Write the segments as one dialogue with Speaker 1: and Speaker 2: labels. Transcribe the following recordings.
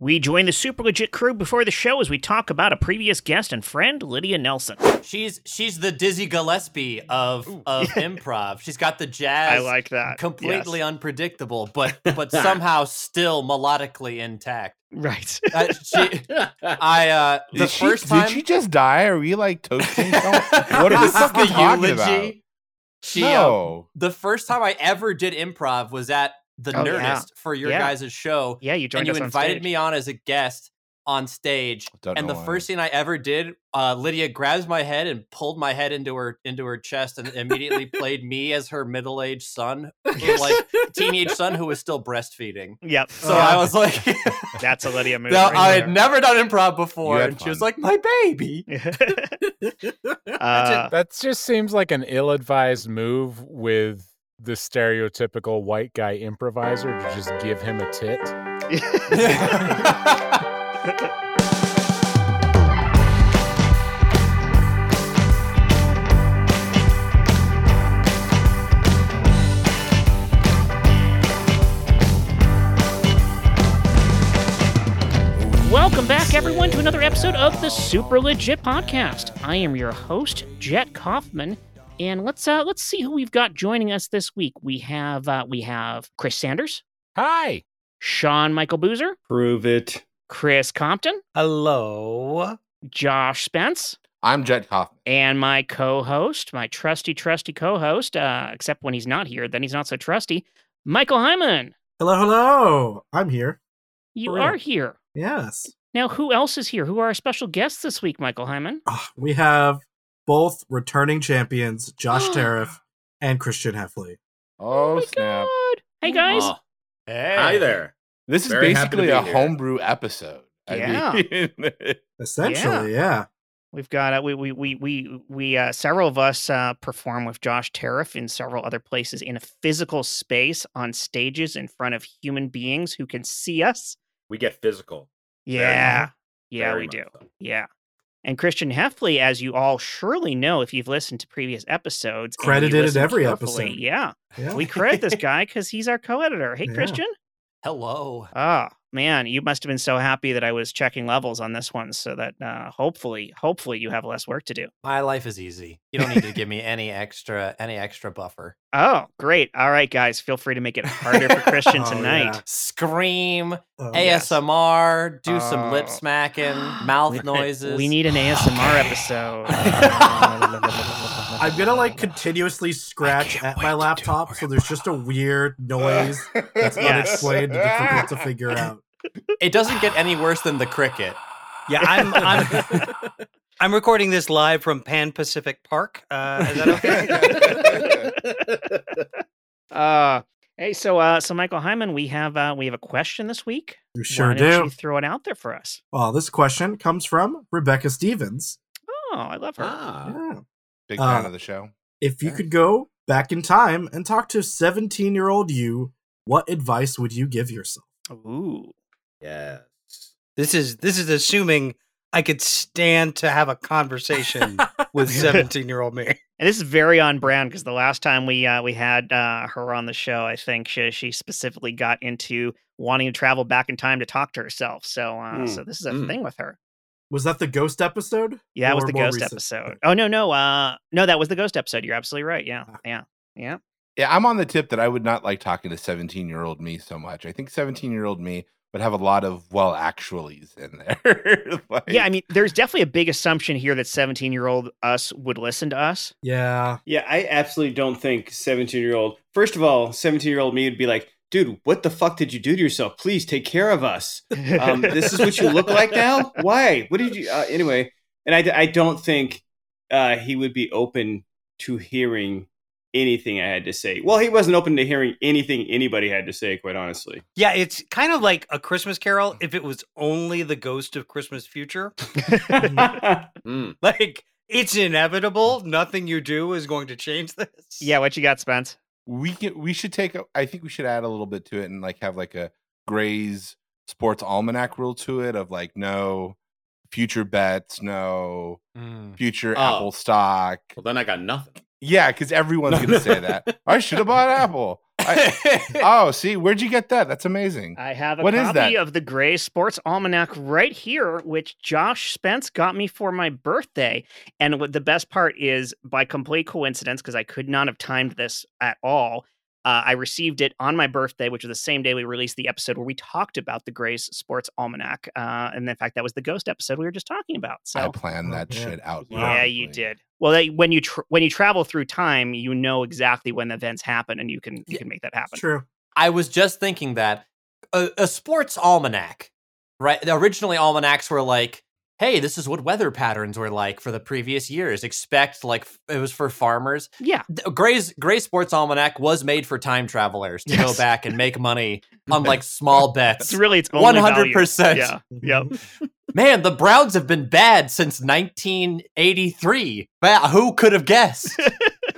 Speaker 1: We join the super legit crew before the show as we talk about a previous guest and friend, Lydia Nelson.
Speaker 2: She's she's the Dizzy Gillespie of of improv. She's got the jazz.
Speaker 1: I like that.
Speaker 2: Completely
Speaker 1: Yes.
Speaker 2: unpredictable, but but somehow still melodically intact.
Speaker 1: right.
Speaker 2: Uh, she, I uh, the
Speaker 3: Did she,
Speaker 2: first time
Speaker 3: Did she just die? Are we like toasting? someone? what are we
Speaker 2: This is
Speaker 3: fucking
Speaker 2: the
Speaker 3: talking
Speaker 2: eulogy.
Speaker 3: about?
Speaker 2: She um,
Speaker 3: no.
Speaker 2: the first time I ever did improv was at the
Speaker 1: Oh,
Speaker 2: Nerdist
Speaker 1: yeah.
Speaker 2: for your
Speaker 1: Yeah.
Speaker 2: guys' show,
Speaker 1: Yeah, you joined
Speaker 2: and you
Speaker 1: us on
Speaker 2: invited
Speaker 1: stage.
Speaker 2: me on as a guest on stage.
Speaker 3: Don't
Speaker 2: and
Speaker 3: know
Speaker 2: the
Speaker 3: why.
Speaker 2: first thing I ever did, uh, Lydia grabs my head and pulled my head into her into her chest, and immediately played me as her middle aged son, who, like teenage son who was still breastfeeding.
Speaker 1: Yep.
Speaker 2: So I was like,
Speaker 1: That's a Lydia move.
Speaker 2: Now,
Speaker 1: right
Speaker 2: I had
Speaker 1: there.
Speaker 2: never done improv before,
Speaker 3: had
Speaker 2: and she was
Speaker 3: fun.
Speaker 2: like, "My baby."
Speaker 1: Uh,
Speaker 4: that just seems like an ill-advised move with the stereotypical white guy improviser to just give him a tit.
Speaker 1: Welcome back, everyone, to another episode of the Super Legit Podcast. I am your host, Jet Kaufman, and let's uh, let's see who we've got joining us this week. We have uh, we have Chris Sanders,
Speaker 4: Hi.
Speaker 1: Sean Michael Boozer,
Speaker 5: Prove it.
Speaker 1: Chris Compton,
Speaker 5: Hello.
Speaker 1: Josh Spence,
Speaker 3: I'm Jet Kaufman.
Speaker 1: and my co-host, my trusty trusty co-host. Uh, except when he's not here, then he's not so trusty. Michael Hyman,
Speaker 6: Hello, hello. I'm here.
Speaker 1: you
Speaker 6: For real.
Speaker 1: are here.
Speaker 6: Yes.
Speaker 1: Now, who else is here? Who are our special guests this week, Michael Hyman?
Speaker 3: Oh,
Speaker 6: Ah, we have both returning champions, Josh Tariff and Christian Heffley.
Speaker 3: Oh,
Speaker 1: my
Speaker 3: snap!
Speaker 1: God. Hey, guys.
Speaker 7: Aw.
Speaker 2: Hey.
Speaker 7: Hi there.
Speaker 3: This is
Speaker 7: Very happy to
Speaker 3: basically
Speaker 7: be
Speaker 3: a
Speaker 7: here.
Speaker 3: homebrew episode.
Speaker 1: Yeah.
Speaker 3: mean-
Speaker 6: Essentially, yeah.
Speaker 1: We've got uh, we we we we we uh, several of us uh, perform with Josh Tariff in several other places in a physical space on stages in front of human beings who can see us.
Speaker 7: We get physical. Very
Speaker 1: Yeah,
Speaker 7: much.
Speaker 1: yeah,
Speaker 7: Very
Speaker 1: we
Speaker 7: much
Speaker 1: do.
Speaker 7: so.
Speaker 1: Yeah, and Christian Heffley, as you all surely know if you've listened to previous episodes, and you
Speaker 6: Credited at
Speaker 1: listened
Speaker 6: every
Speaker 1: carefully,
Speaker 6: episode.
Speaker 1: Yeah,
Speaker 6: yeah.
Speaker 1: we credit this guy because he's our co-editor. Hey,
Speaker 6: Yeah.
Speaker 1: Christian.
Speaker 2: Hello.
Speaker 1: Oh man, you must have been so happy that I was checking levels on this one, so that uh, hopefully, hopefully, you have less work to do.
Speaker 2: My life is easy. You don't need to give me any extra any extra buffer.
Speaker 1: Oh, great. All right, guys. Feel free to make it harder for Christian
Speaker 6: Oh,
Speaker 1: tonight.
Speaker 6: yeah.
Speaker 2: Scream,
Speaker 6: Oh,
Speaker 1: yes.
Speaker 2: ASMR, do some lip
Speaker 1: Oh.
Speaker 2: smacking,
Speaker 1: We-
Speaker 2: mouth noises.
Speaker 1: We need an ASMR episode.
Speaker 6: I'm gonna like continuously scratch at my laptop, so there's just a weird noise
Speaker 1: Yes.
Speaker 6: that's unexplained and difficult to figure out.
Speaker 2: It doesn't get any worse than the cricket.
Speaker 5: Yeah, I'm I'm, I'm recording this live from Pan Pacific Park. Uh, is that okay?
Speaker 1: uh, hey, so uh, so Michael Hyman, we have uh, we have a question this week.
Speaker 6: You sure
Speaker 1: Why don't
Speaker 6: do.
Speaker 1: You throw it out there for us.
Speaker 6: Well, this question comes from Rebecca Stevens.
Speaker 1: Oh, I love her.
Speaker 7: ah.
Speaker 6: Yeah.
Speaker 3: Big fan
Speaker 6: Uh,
Speaker 3: of the show.
Speaker 6: If you could go back in time and talk to 17 year old you, what advice would you give yourself?
Speaker 1: Ooh.
Speaker 7: Yes.
Speaker 5: this is this is assuming I could stand to have a conversation with 17 year old me.
Speaker 1: And this is very on brand because the last time we uh, we had uh, her on the show, I think she, she specifically got into wanting to travel back in time to talk to herself. So uh,
Speaker 6: Hmm.
Speaker 7: Mm,
Speaker 1: so this is a
Speaker 7: mm.
Speaker 1: thing with her.
Speaker 6: Was that the ghost episode?
Speaker 1: Yeah, it was
Speaker 6: Or
Speaker 1: the
Speaker 6: more
Speaker 1: ghost
Speaker 6: recent?
Speaker 1: episode. Oh no, no, uh, no, that was the ghost episode. You're absolutely right. Yeah,
Speaker 6: Ah.
Speaker 1: yeah, yeah.
Speaker 3: Yeah, I'm on the tip that I would not like talking to 17 year old me so much. I think 17 year old me would have a lot of well actuallys in there. Like-
Speaker 1: Yeah, I mean, there's definitely a big assumption here that 17 year old us would listen to us.
Speaker 6: Yeah.
Speaker 7: Yeah, I absolutely don't think 17 year old. First of all, 17 year old me would be like, dude, what the fuck did you do to yourself? Please take care of us. Um, this is what you look like now? Why? What did you. Uh, anyway, and I, I don't think uh, he would be open to hearing anything I had to say. Well, he wasn't open to hearing anything anybody had to say, quite honestly.
Speaker 5: Yeah, it's kind of like a Christmas Carol if it was only the ghost of Christmas future.
Speaker 8: Hmm.
Speaker 7: Mm.
Speaker 5: Like it's inevitable. Nothing you do is going to change this.
Speaker 1: Yeah, what you got, Spence?
Speaker 3: we can we should take a, I think we should add a little bit to it and like have like a Gray's sports almanac rule to it of like no future bets, no
Speaker 4: Mm.
Speaker 3: future
Speaker 7: Oh.
Speaker 3: Apple stock.
Speaker 8: Ah, Well, then I got nothing.
Speaker 3: Yeah, because everyone's gonna say that. I should have bought Apple. oh, see, where'd you get that? That's amazing.
Speaker 1: I have a
Speaker 3: What is
Speaker 1: copy
Speaker 3: that?
Speaker 1: of the Gray Sports Almanac right here, which Josh Spence got me for my birthday. And what the best part is, by complete coincidence, because I could not have timed this at all, uh, I received it on my birthday, which was the same day we released the episode where we talked about the Gray's Sports Almanac. Uh, and in fact, that was the Ghost episode we were just talking about. So
Speaker 3: I planned that
Speaker 6: Oh, yeah.
Speaker 3: shit out.
Speaker 1: yeah, you
Speaker 3: perfectly.
Speaker 1: did. Well, they, when you tr- when you travel through time, you know exactly when events happen, and you can you
Speaker 2: Yeah.
Speaker 1: can make that happen.
Speaker 6: True.
Speaker 2: I was just thinking that a, a sports almanac, right? Originally, almanacs were like, "Hey, this is what weather patterns were like for the previous years." Expect like f- it was for farmers.
Speaker 1: Yeah,
Speaker 2: Th- Gray's Gray Sports Almanac was made for time travelers to go
Speaker 1: Yes.
Speaker 2: back and make money on like small
Speaker 1: it's
Speaker 2: bets.
Speaker 1: really its
Speaker 2: One
Speaker 1: only
Speaker 2: hundred
Speaker 1: value.
Speaker 2: percent.
Speaker 1: Yeah, yep.
Speaker 2: Man, the Browns have been bad since 1983. Wow, who could have guessed?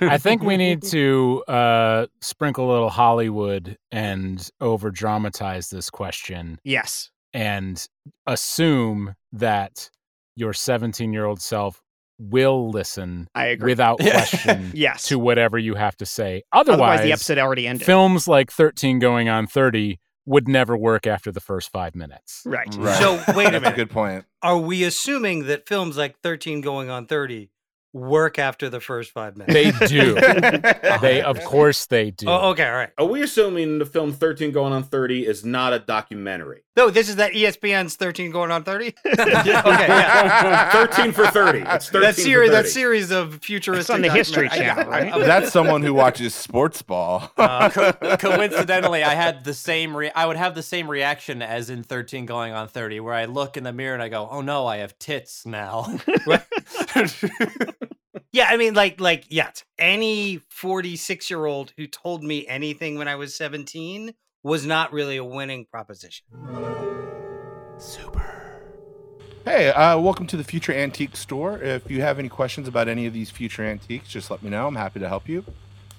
Speaker 4: I think we need to uh, sprinkle a little Hollywood and over dramatize this question
Speaker 1: Yes.
Speaker 4: and assume that your 17 year old self will listen
Speaker 1: I agree.
Speaker 4: without
Speaker 2: Yeah.
Speaker 4: question
Speaker 1: yes.
Speaker 4: to whatever you have to say.
Speaker 1: Otherwise,
Speaker 4: Otherwise,
Speaker 1: the episode already ended.
Speaker 4: films like 13 going on 30 would never work after the first five minutes.
Speaker 1: Right.
Speaker 3: Right.
Speaker 5: So wait a
Speaker 3: That's a
Speaker 5: minute.
Speaker 3: good point.
Speaker 5: Are we assuming that films like 13 going on 30 work after the first five minutes?
Speaker 4: They do. they,
Speaker 3: they
Speaker 4: of course, they do.
Speaker 5: Oh, okay, all right.
Speaker 8: Are we assuming the film 13 going on 30 is not a documentary?
Speaker 5: No, this is that E ESPN's 13 going on 30. okay, yeah.
Speaker 8: 13 for 30. It's 13
Speaker 5: That
Speaker 8: for
Speaker 5: series, that
Speaker 8: 30.
Speaker 5: series of futuristic.
Speaker 1: on the History
Speaker 5: documentary- I got
Speaker 1: Channel,
Speaker 5: it.
Speaker 1: right?
Speaker 5: I'm-
Speaker 3: That's someone who watches sports ball.
Speaker 5: Uh,
Speaker 2: Co- coincidentally, I had the same. Re- I would have the same reaction as in thirteen going on thirty, where I look in the mirror and I go, "Oh no, I have tits now."
Speaker 5: Yeah, I mean, like, like, yeah, any forty-six-year-old who told me anything when I was seventeen was not really a winning proposition.
Speaker 3: Hey, uh, welcome to the Future Antique Store. If you have any questions about any of these future antiques, just let me know. I'm happy to help you.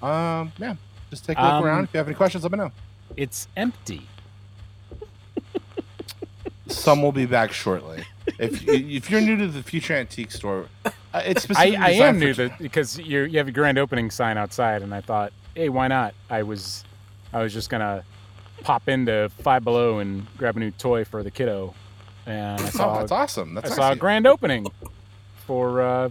Speaker 3: Um, yeah, just take a look
Speaker 4: Um,
Speaker 3: around. If you have any questions, let me know.
Speaker 4: It's empty.
Speaker 3: Some will be back shortly. If if you're new to the Future Antique Store, uh, it's
Speaker 4: I,
Speaker 3: specifically
Speaker 4: I am
Speaker 3: designed
Speaker 4: new
Speaker 3: for-
Speaker 4: to because you you have a grand opening sign outside, and I thought, hey, why not? I was I was just gonna pop into Five Below and grab a new toy for the kiddo, and I
Speaker 3: Oh,
Speaker 4: saw
Speaker 3: that's awesome. That's
Speaker 4: I saw a
Speaker 3: awesome.
Speaker 4: grand opening for uh,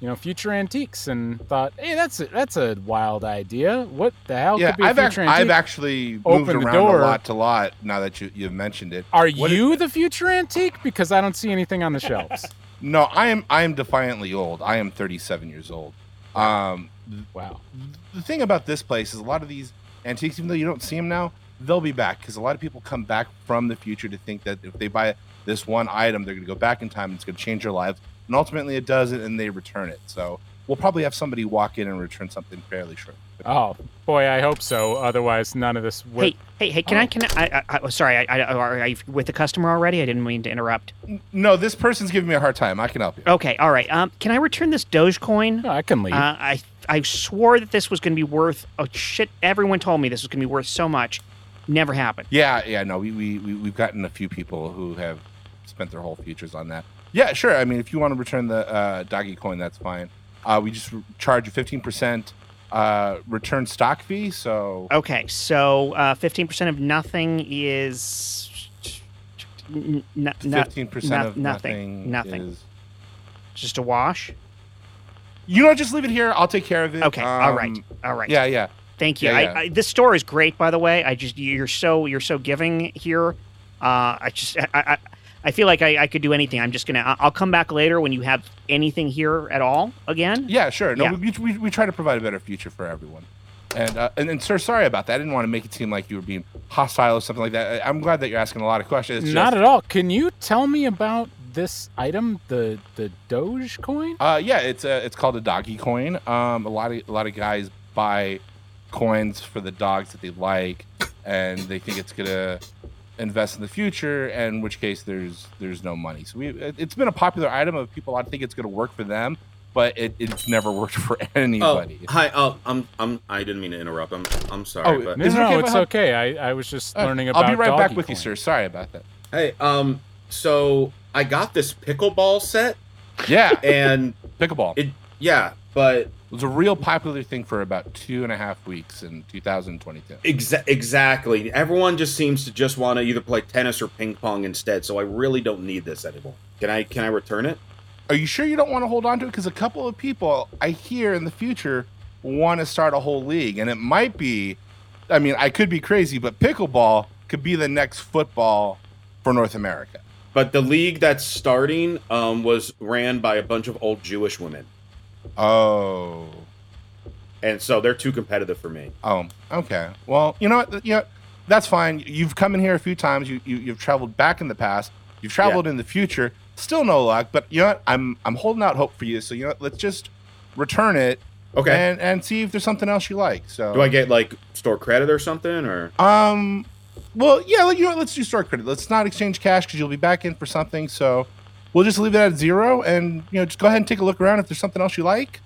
Speaker 4: you know future antiques, and thought, hey, that's a, that's a wild idea. What the hell
Speaker 3: yeah,
Speaker 4: could be a
Speaker 3: I've, act-
Speaker 4: future
Speaker 3: I've
Speaker 4: antique?
Speaker 3: actually moved
Speaker 4: Open the
Speaker 3: around
Speaker 4: door.
Speaker 3: a lot to lot now that you, you've mentioned it.
Speaker 4: Are
Speaker 3: What is-
Speaker 4: you the future antique? Because I don't see anything on the shelves.
Speaker 3: No, I am I am defiantly old. I am 37 years old. Um,
Speaker 4: wow.
Speaker 3: the thing about this place is a lot of these antiques, even though you don't see them now, they'll be back because a lot of people come back from the future to think that if they buy this one item, they're going to go back in time and it's going to change their lives. And ultimately, it does it, and they return it. So we'll probably have somebody walk in and return something fairly short.
Speaker 4: Oh boy, I hope so. Otherwise, none of this. Would...
Speaker 1: Hey, hey, hey! Can I? Can I? I, I oh, sorry, I, I, are are you with the customer already? I didn't mean to interrupt.
Speaker 3: No, this person's giving me a hard time. I can help you.
Speaker 1: Okay, all right. Um, can I return this Dogecoin?
Speaker 4: No, I can leave.
Speaker 1: Uh, I I swore that this was going to be worth. Oh shit! Everyone told me this was going to be worth so much. Never happened.
Speaker 3: Yeah, yeah, no, we, we, we, we've gotten a few people who have spent their whole futures on that. Yeah, sure. I mean, if you want to return the uh, doggy coin, that's fine. Uh, we just re- charge a 15% uh, return stock fee. So,
Speaker 1: Okay, so Uh, fifteen percent of nothing is. N- n- n-
Speaker 3: 15%
Speaker 1: no-
Speaker 3: of
Speaker 1: nothing,
Speaker 3: nothing.
Speaker 1: nothing.
Speaker 3: is-
Speaker 1: just a wash.
Speaker 3: You know, just leave it here. I'll take care of it.
Speaker 1: Okay, all right,
Speaker 3: Um,
Speaker 1: all right.
Speaker 3: Yeah, yeah.
Speaker 1: Thank you.
Speaker 3: Yeah, yeah.
Speaker 1: I, I, this store is great, by the way. I just you're so you're so giving here. Uh, I just I, I I feel like I, I could do anything. I'm just gonna I- I'll come back later when you have anything here at all again.
Speaker 3: Yeah, sure. No,
Speaker 1: Yeah.
Speaker 3: We, we, we try to provide a better future for everyone. And, uh, and, and, sir, sorry about that. I didn't want to make it seem like you were being hostile or something like that. I- I'm glad that you're asking a lot of questions. It's
Speaker 4: Not
Speaker 3: just-
Speaker 4: at all. Can you tell me about this item, the the Doge coin?
Speaker 3: Uh, yeah, it's a, it's called a doggy coin. Um, a lot of a lot of guys buy coins for the dogs that they like, and they think it's gonna invest in the future. And in which case, there's there's no money. So we it- it's been a popular item of people. I think it's gonna work for them, but it, it's never worked for
Speaker 8: Oh,
Speaker 3: anybody.
Speaker 8: hi. Oh, I'm. I'm. I didn't mean to interrupt. I'm. I'm sorry.
Speaker 3: Oh,
Speaker 8: but
Speaker 4: No,
Speaker 3: Is it
Speaker 4: no,
Speaker 3: okay if I
Speaker 4: it's
Speaker 3: have-
Speaker 4: okay. I, I was just
Speaker 3: Uh,
Speaker 4: learning about.
Speaker 3: I'll be right back
Speaker 4: Doggy
Speaker 3: with you,
Speaker 4: Coin.
Speaker 3: sir. Sorry about that.
Speaker 8: hey, um. So I got this pickleball set,
Speaker 3: Yeah,
Speaker 8: and
Speaker 3: pickleball.
Speaker 8: it. Yeah, But
Speaker 3: It was a real popular thing for about two and a half weeks in 2022.
Speaker 8: exa- exactly, everyone just seems to just want to either play tennis or ping pong instead. So I really don't need this anymore. Can I can I return it?
Speaker 3: Are you sure you don't want to hold on to it? Because a couple of people I hear in the future want to start a whole league, and it might be. I mean, I could be crazy, but pickleball could be the next football for North America.
Speaker 8: But the league that's starting um, was ran by a bunch of old Jewish women,
Speaker 3: Oh,
Speaker 8: and so they're too competitive for me.
Speaker 3: oh, okay. Well, you know what? You know, that's fine. You've come in here a few times. You, you you've traveled back in the past. You've traveled in the future. Still no luck. But you know what? I'm I'm holding out hope for you. So you know, what? let's just return it
Speaker 8: Okay.
Speaker 3: and and see if there's something else you like. So
Speaker 8: Do I get like store credit or something, or
Speaker 3: Um, well, yeah, you know, what, let's do store credit. Let's not exchange cash because you'll be back in for something. So we'll just leave that at zero, and you know, just go ahead and take a look around. If there's something else you like,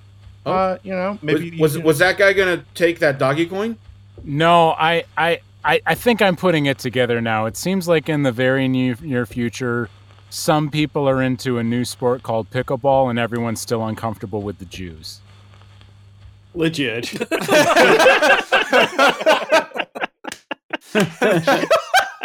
Speaker 8: Oh.
Speaker 3: uh, you know, maybe you-
Speaker 8: was was, was that guy gonna take that doggy coin?
Speaker 4: No, I, I, I, I think I'm putting it together now. It seems like in the very near, near future, some people are into a new sport called pickleball, and everyone's still uncomfortable with the Jews.
Speaker 7: Legit.
Speaker 9: I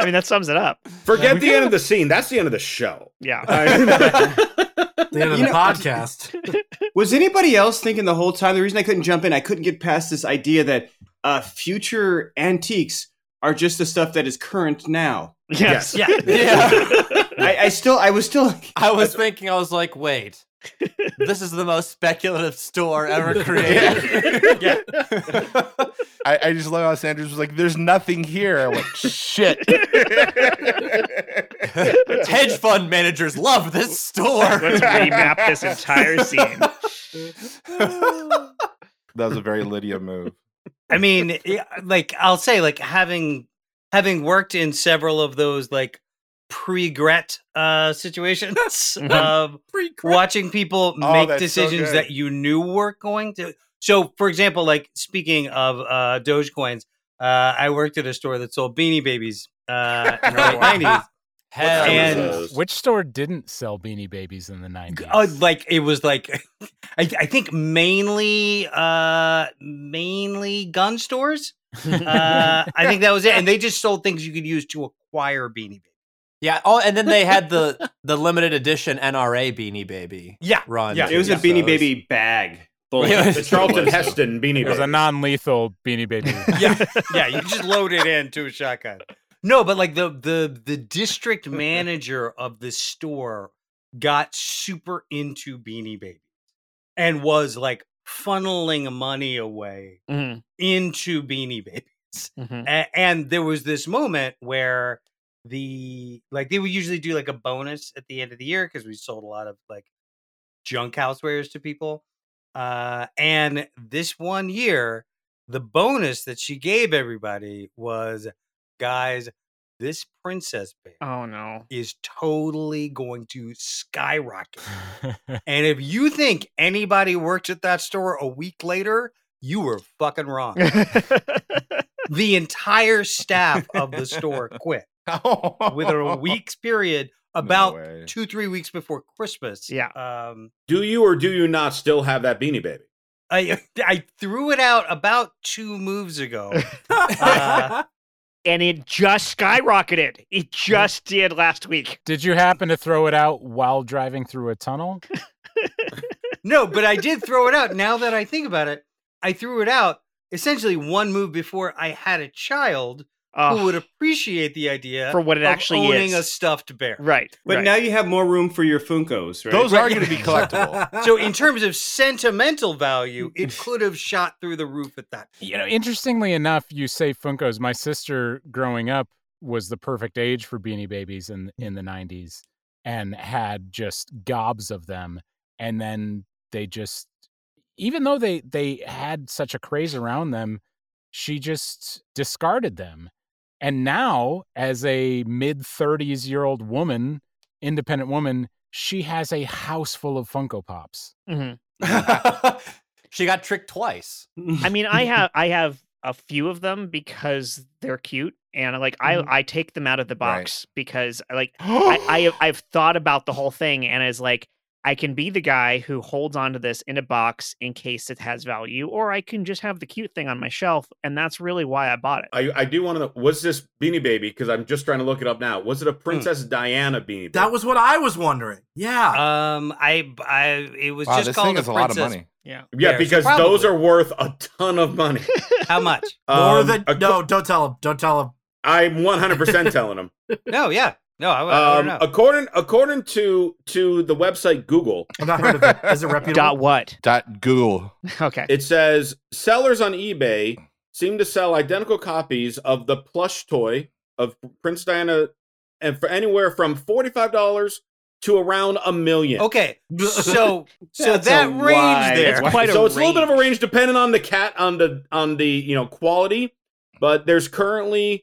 Speaker 9: mean, that sums it up.
Speaker 8: Forget the end of the scene. That's the end of the show.
Speaker 9: Yeah.
Speaker 6: The end of
Speaker 7: You
Speaker 6: the
Speaker 7: know-
Speaker 6: podcast.
Speaker 7: Was anybody else thinking the whole time? The reason I couldn't jump in, I couldn't get past this idea that uh, future antiques are just the stuff that is current now.
Speaker 9: Yes. Yeah.
Speaker 2: Yeah.
Speaker 7: I, I still, I was still,
Speaker 2: I was thinking, I was like, wait, this is the most speculative store ever created.
Speaker 3: I, I just love how Sanders was like, "There's nothing here." I went, "Shit."
Speaker 2: Hedge fund managers love this store.
Speaker 9: Let's remap this entire scene.
Speaker 3: That was a very Lydia move.
Speaker 5: I mean, yeah, like I'll say, like having having worked in several of those like pre-gret uh, situations
Speaker 9: Mhm.
Speaker 5: of watching people
Speaker 3: Uh-huh. Oh,
Speaker 5: make
Speaker 3: that's so
Speaker 5: decisions
Speaker 3: good.
Speaker 5: that you knew were going to. So, for example, like speaking of uh, Dogecoins, uh, I worked at a store that sold Beanie Babies uh, in the late nineties.
Speaker 2: Hell
Speaker 5: And-
Speaker 2: yeah.
Speaker 4: Which store didn't sell Beanie Babies in the 90s?
Speaker 5: Uh, like it was like, I, I think mainly uh, mainly gun stores. uh, I think that was it. And they just sold things you could use to acquire Beanie Babies.
Speaker 2: Yeah. Oh, and then they had the the limited edition NRA Beanie Baby
Speaker 5: Yeah.
Speaker 2: run.
Speaker 5: Yeah.
Speaker 2: too,
Speaker 7: it was a
Speaker 2: so
Speaker 7: Beanie Baby bag. Full
Speaker 2: Yeah, it was-
Speaker 8: The Charlton Heston beanie.
Speaker 4: it was a
Speaker 8: Babies.
Speaker 4: non-lethal Beanie Baby.
Speaker 5: Yeah. Yeah. You just load it into a shotgun. No, but like the the the district manager of the store got super into Beanie Babies and was like funneling money away
Speaker 9: Mhm,
Speaker 5: into Beanie Babies.
Speaker 9: mhm.
Speaker 5: and, and there was this moment where the like they would usually do like a bonus at the end of the year because we sold a lot of like junk housewares to people uh and this one year the bonus that she gave everybody was guys this princess bear
Speaker 9: Oh no.
Speaker 5: is totally going to skyrocket and if you think anybody worked at that store a week later you were fucking wrong the entire staff of the store quit within a week's period about
Speaker 3: way.
Speaker 5: two three weeks before christmas
Speaker 9: Yeah.
Speaker 5: um
Speaker 8: Do you or do you not still have that beanie baby?
Speaker 5: i i threw it out about two moves ago Uh,
Speaker 9: and it just skyrocketed. It just did last week.
Speaker 4: Did you happen to throw it out while driving through a tunnel?
Speaker 5: no but i did throw it out now that i think about it i threw it out essentially one move before i had a child who
Speaker 9: Oh,
Speaker 5: would appreciate the idea
Speaker 9: for what it
Speaker 5: of
Speaker 9: actually
Speaker 5: owning
Speaker 9: is.
Speaker 5: a stuffed bear
Speaker 9: right.
Speaker 7: But
Speaker 9: right.
Speaker 7: now you have more room for your Funkos, right?
Speaker 3: Those are going to be collectible.
Speaker 5: so in terms of sentimental value it could have shot through the roof at that
Speaker 4: You know, interestingly enough, you say Funkos. My sister growing up was the perfect age for Beanie Babies in in the 90s and had just gobs of them and then they just even though they they had such a craze around them, she just discarded them. And now as a mid 30s year old woman, independent woman, she has a house full of Funko Pops.
Speaker 9: Mhm.
Speaker 2: she got tricked twice.
Speaker 9: I mean, I have I have a few of them because they're cute,
Speaker 1: uh,
Speaker 9: and like
Speaker 6: Mm-hmm.
Speaker 9: I I take them out of the
Speaker 3: Right.
Speaker 9: box because like I, I have I've thought about the whole thing and is like
Speaker 1: I can be the guy who holds onto this in a box in case it has value, or I can just have the cute thing on my shelf, and that's really why I bought it.
Speaker 8: I, I do want to know was this Beanie Baby? Because I'm just trying to look it up now. Was it a Princess Diana Beanie? Baby?
Speaker 6: Hmm. That was what I was wondering. Yeah.
Speaker 5: Um, I, I, it was
Speaker 3: Wow,
Speaker 5: just
Speaker 3: this
Speaker 5: called
Speaker 3: thing
Speaker 5: the
Speaker 3: is a lot of
Speaker 5: Princess-
Speaker 3: money.
Speaker 1: Yeah.
Speaker 8: yeah,
Speaker 5: Yes,
Speaker 8: because
Speaker 5: probably.
Speaker 8: those are worth a ton of money.
Speaker 5: How much?
Speaker 6: More
Speaker 8: Um,
Speaker 6: than
Speaker 8: ac-
Speaker 6: no, don't tell him. Don't tell him.
Speaker 8: I'm 100 percent telling them.
Speaker 5: No, yeah, no, I, I
Speaker 8: Um,
Speaker 5: don't know.
Speaker 8: according according to to the website Google,
Speaker 6: I've not heard of it. Is it reputable?
Speaker 1: Dot what?
Speaker 3: Dot Google.
Speaker 1: Okay.
Speaker 8: it says sellers on eBay seem to sell identical copies of the plush toy of Prince Diana, and for anywhere from forty five dollars to around a million.
Speaker 5: Okay, so so
Speaker 7: That's a
Speaker 5: that range
Speaker 7: wide-
Speaker 5: there.
Speaker 1: That's quite a
Speaker 8: so it's a little bit of a
Speaker 1: range.
Speaker 8: range depending on the cat on the on the you know quality, but there's currently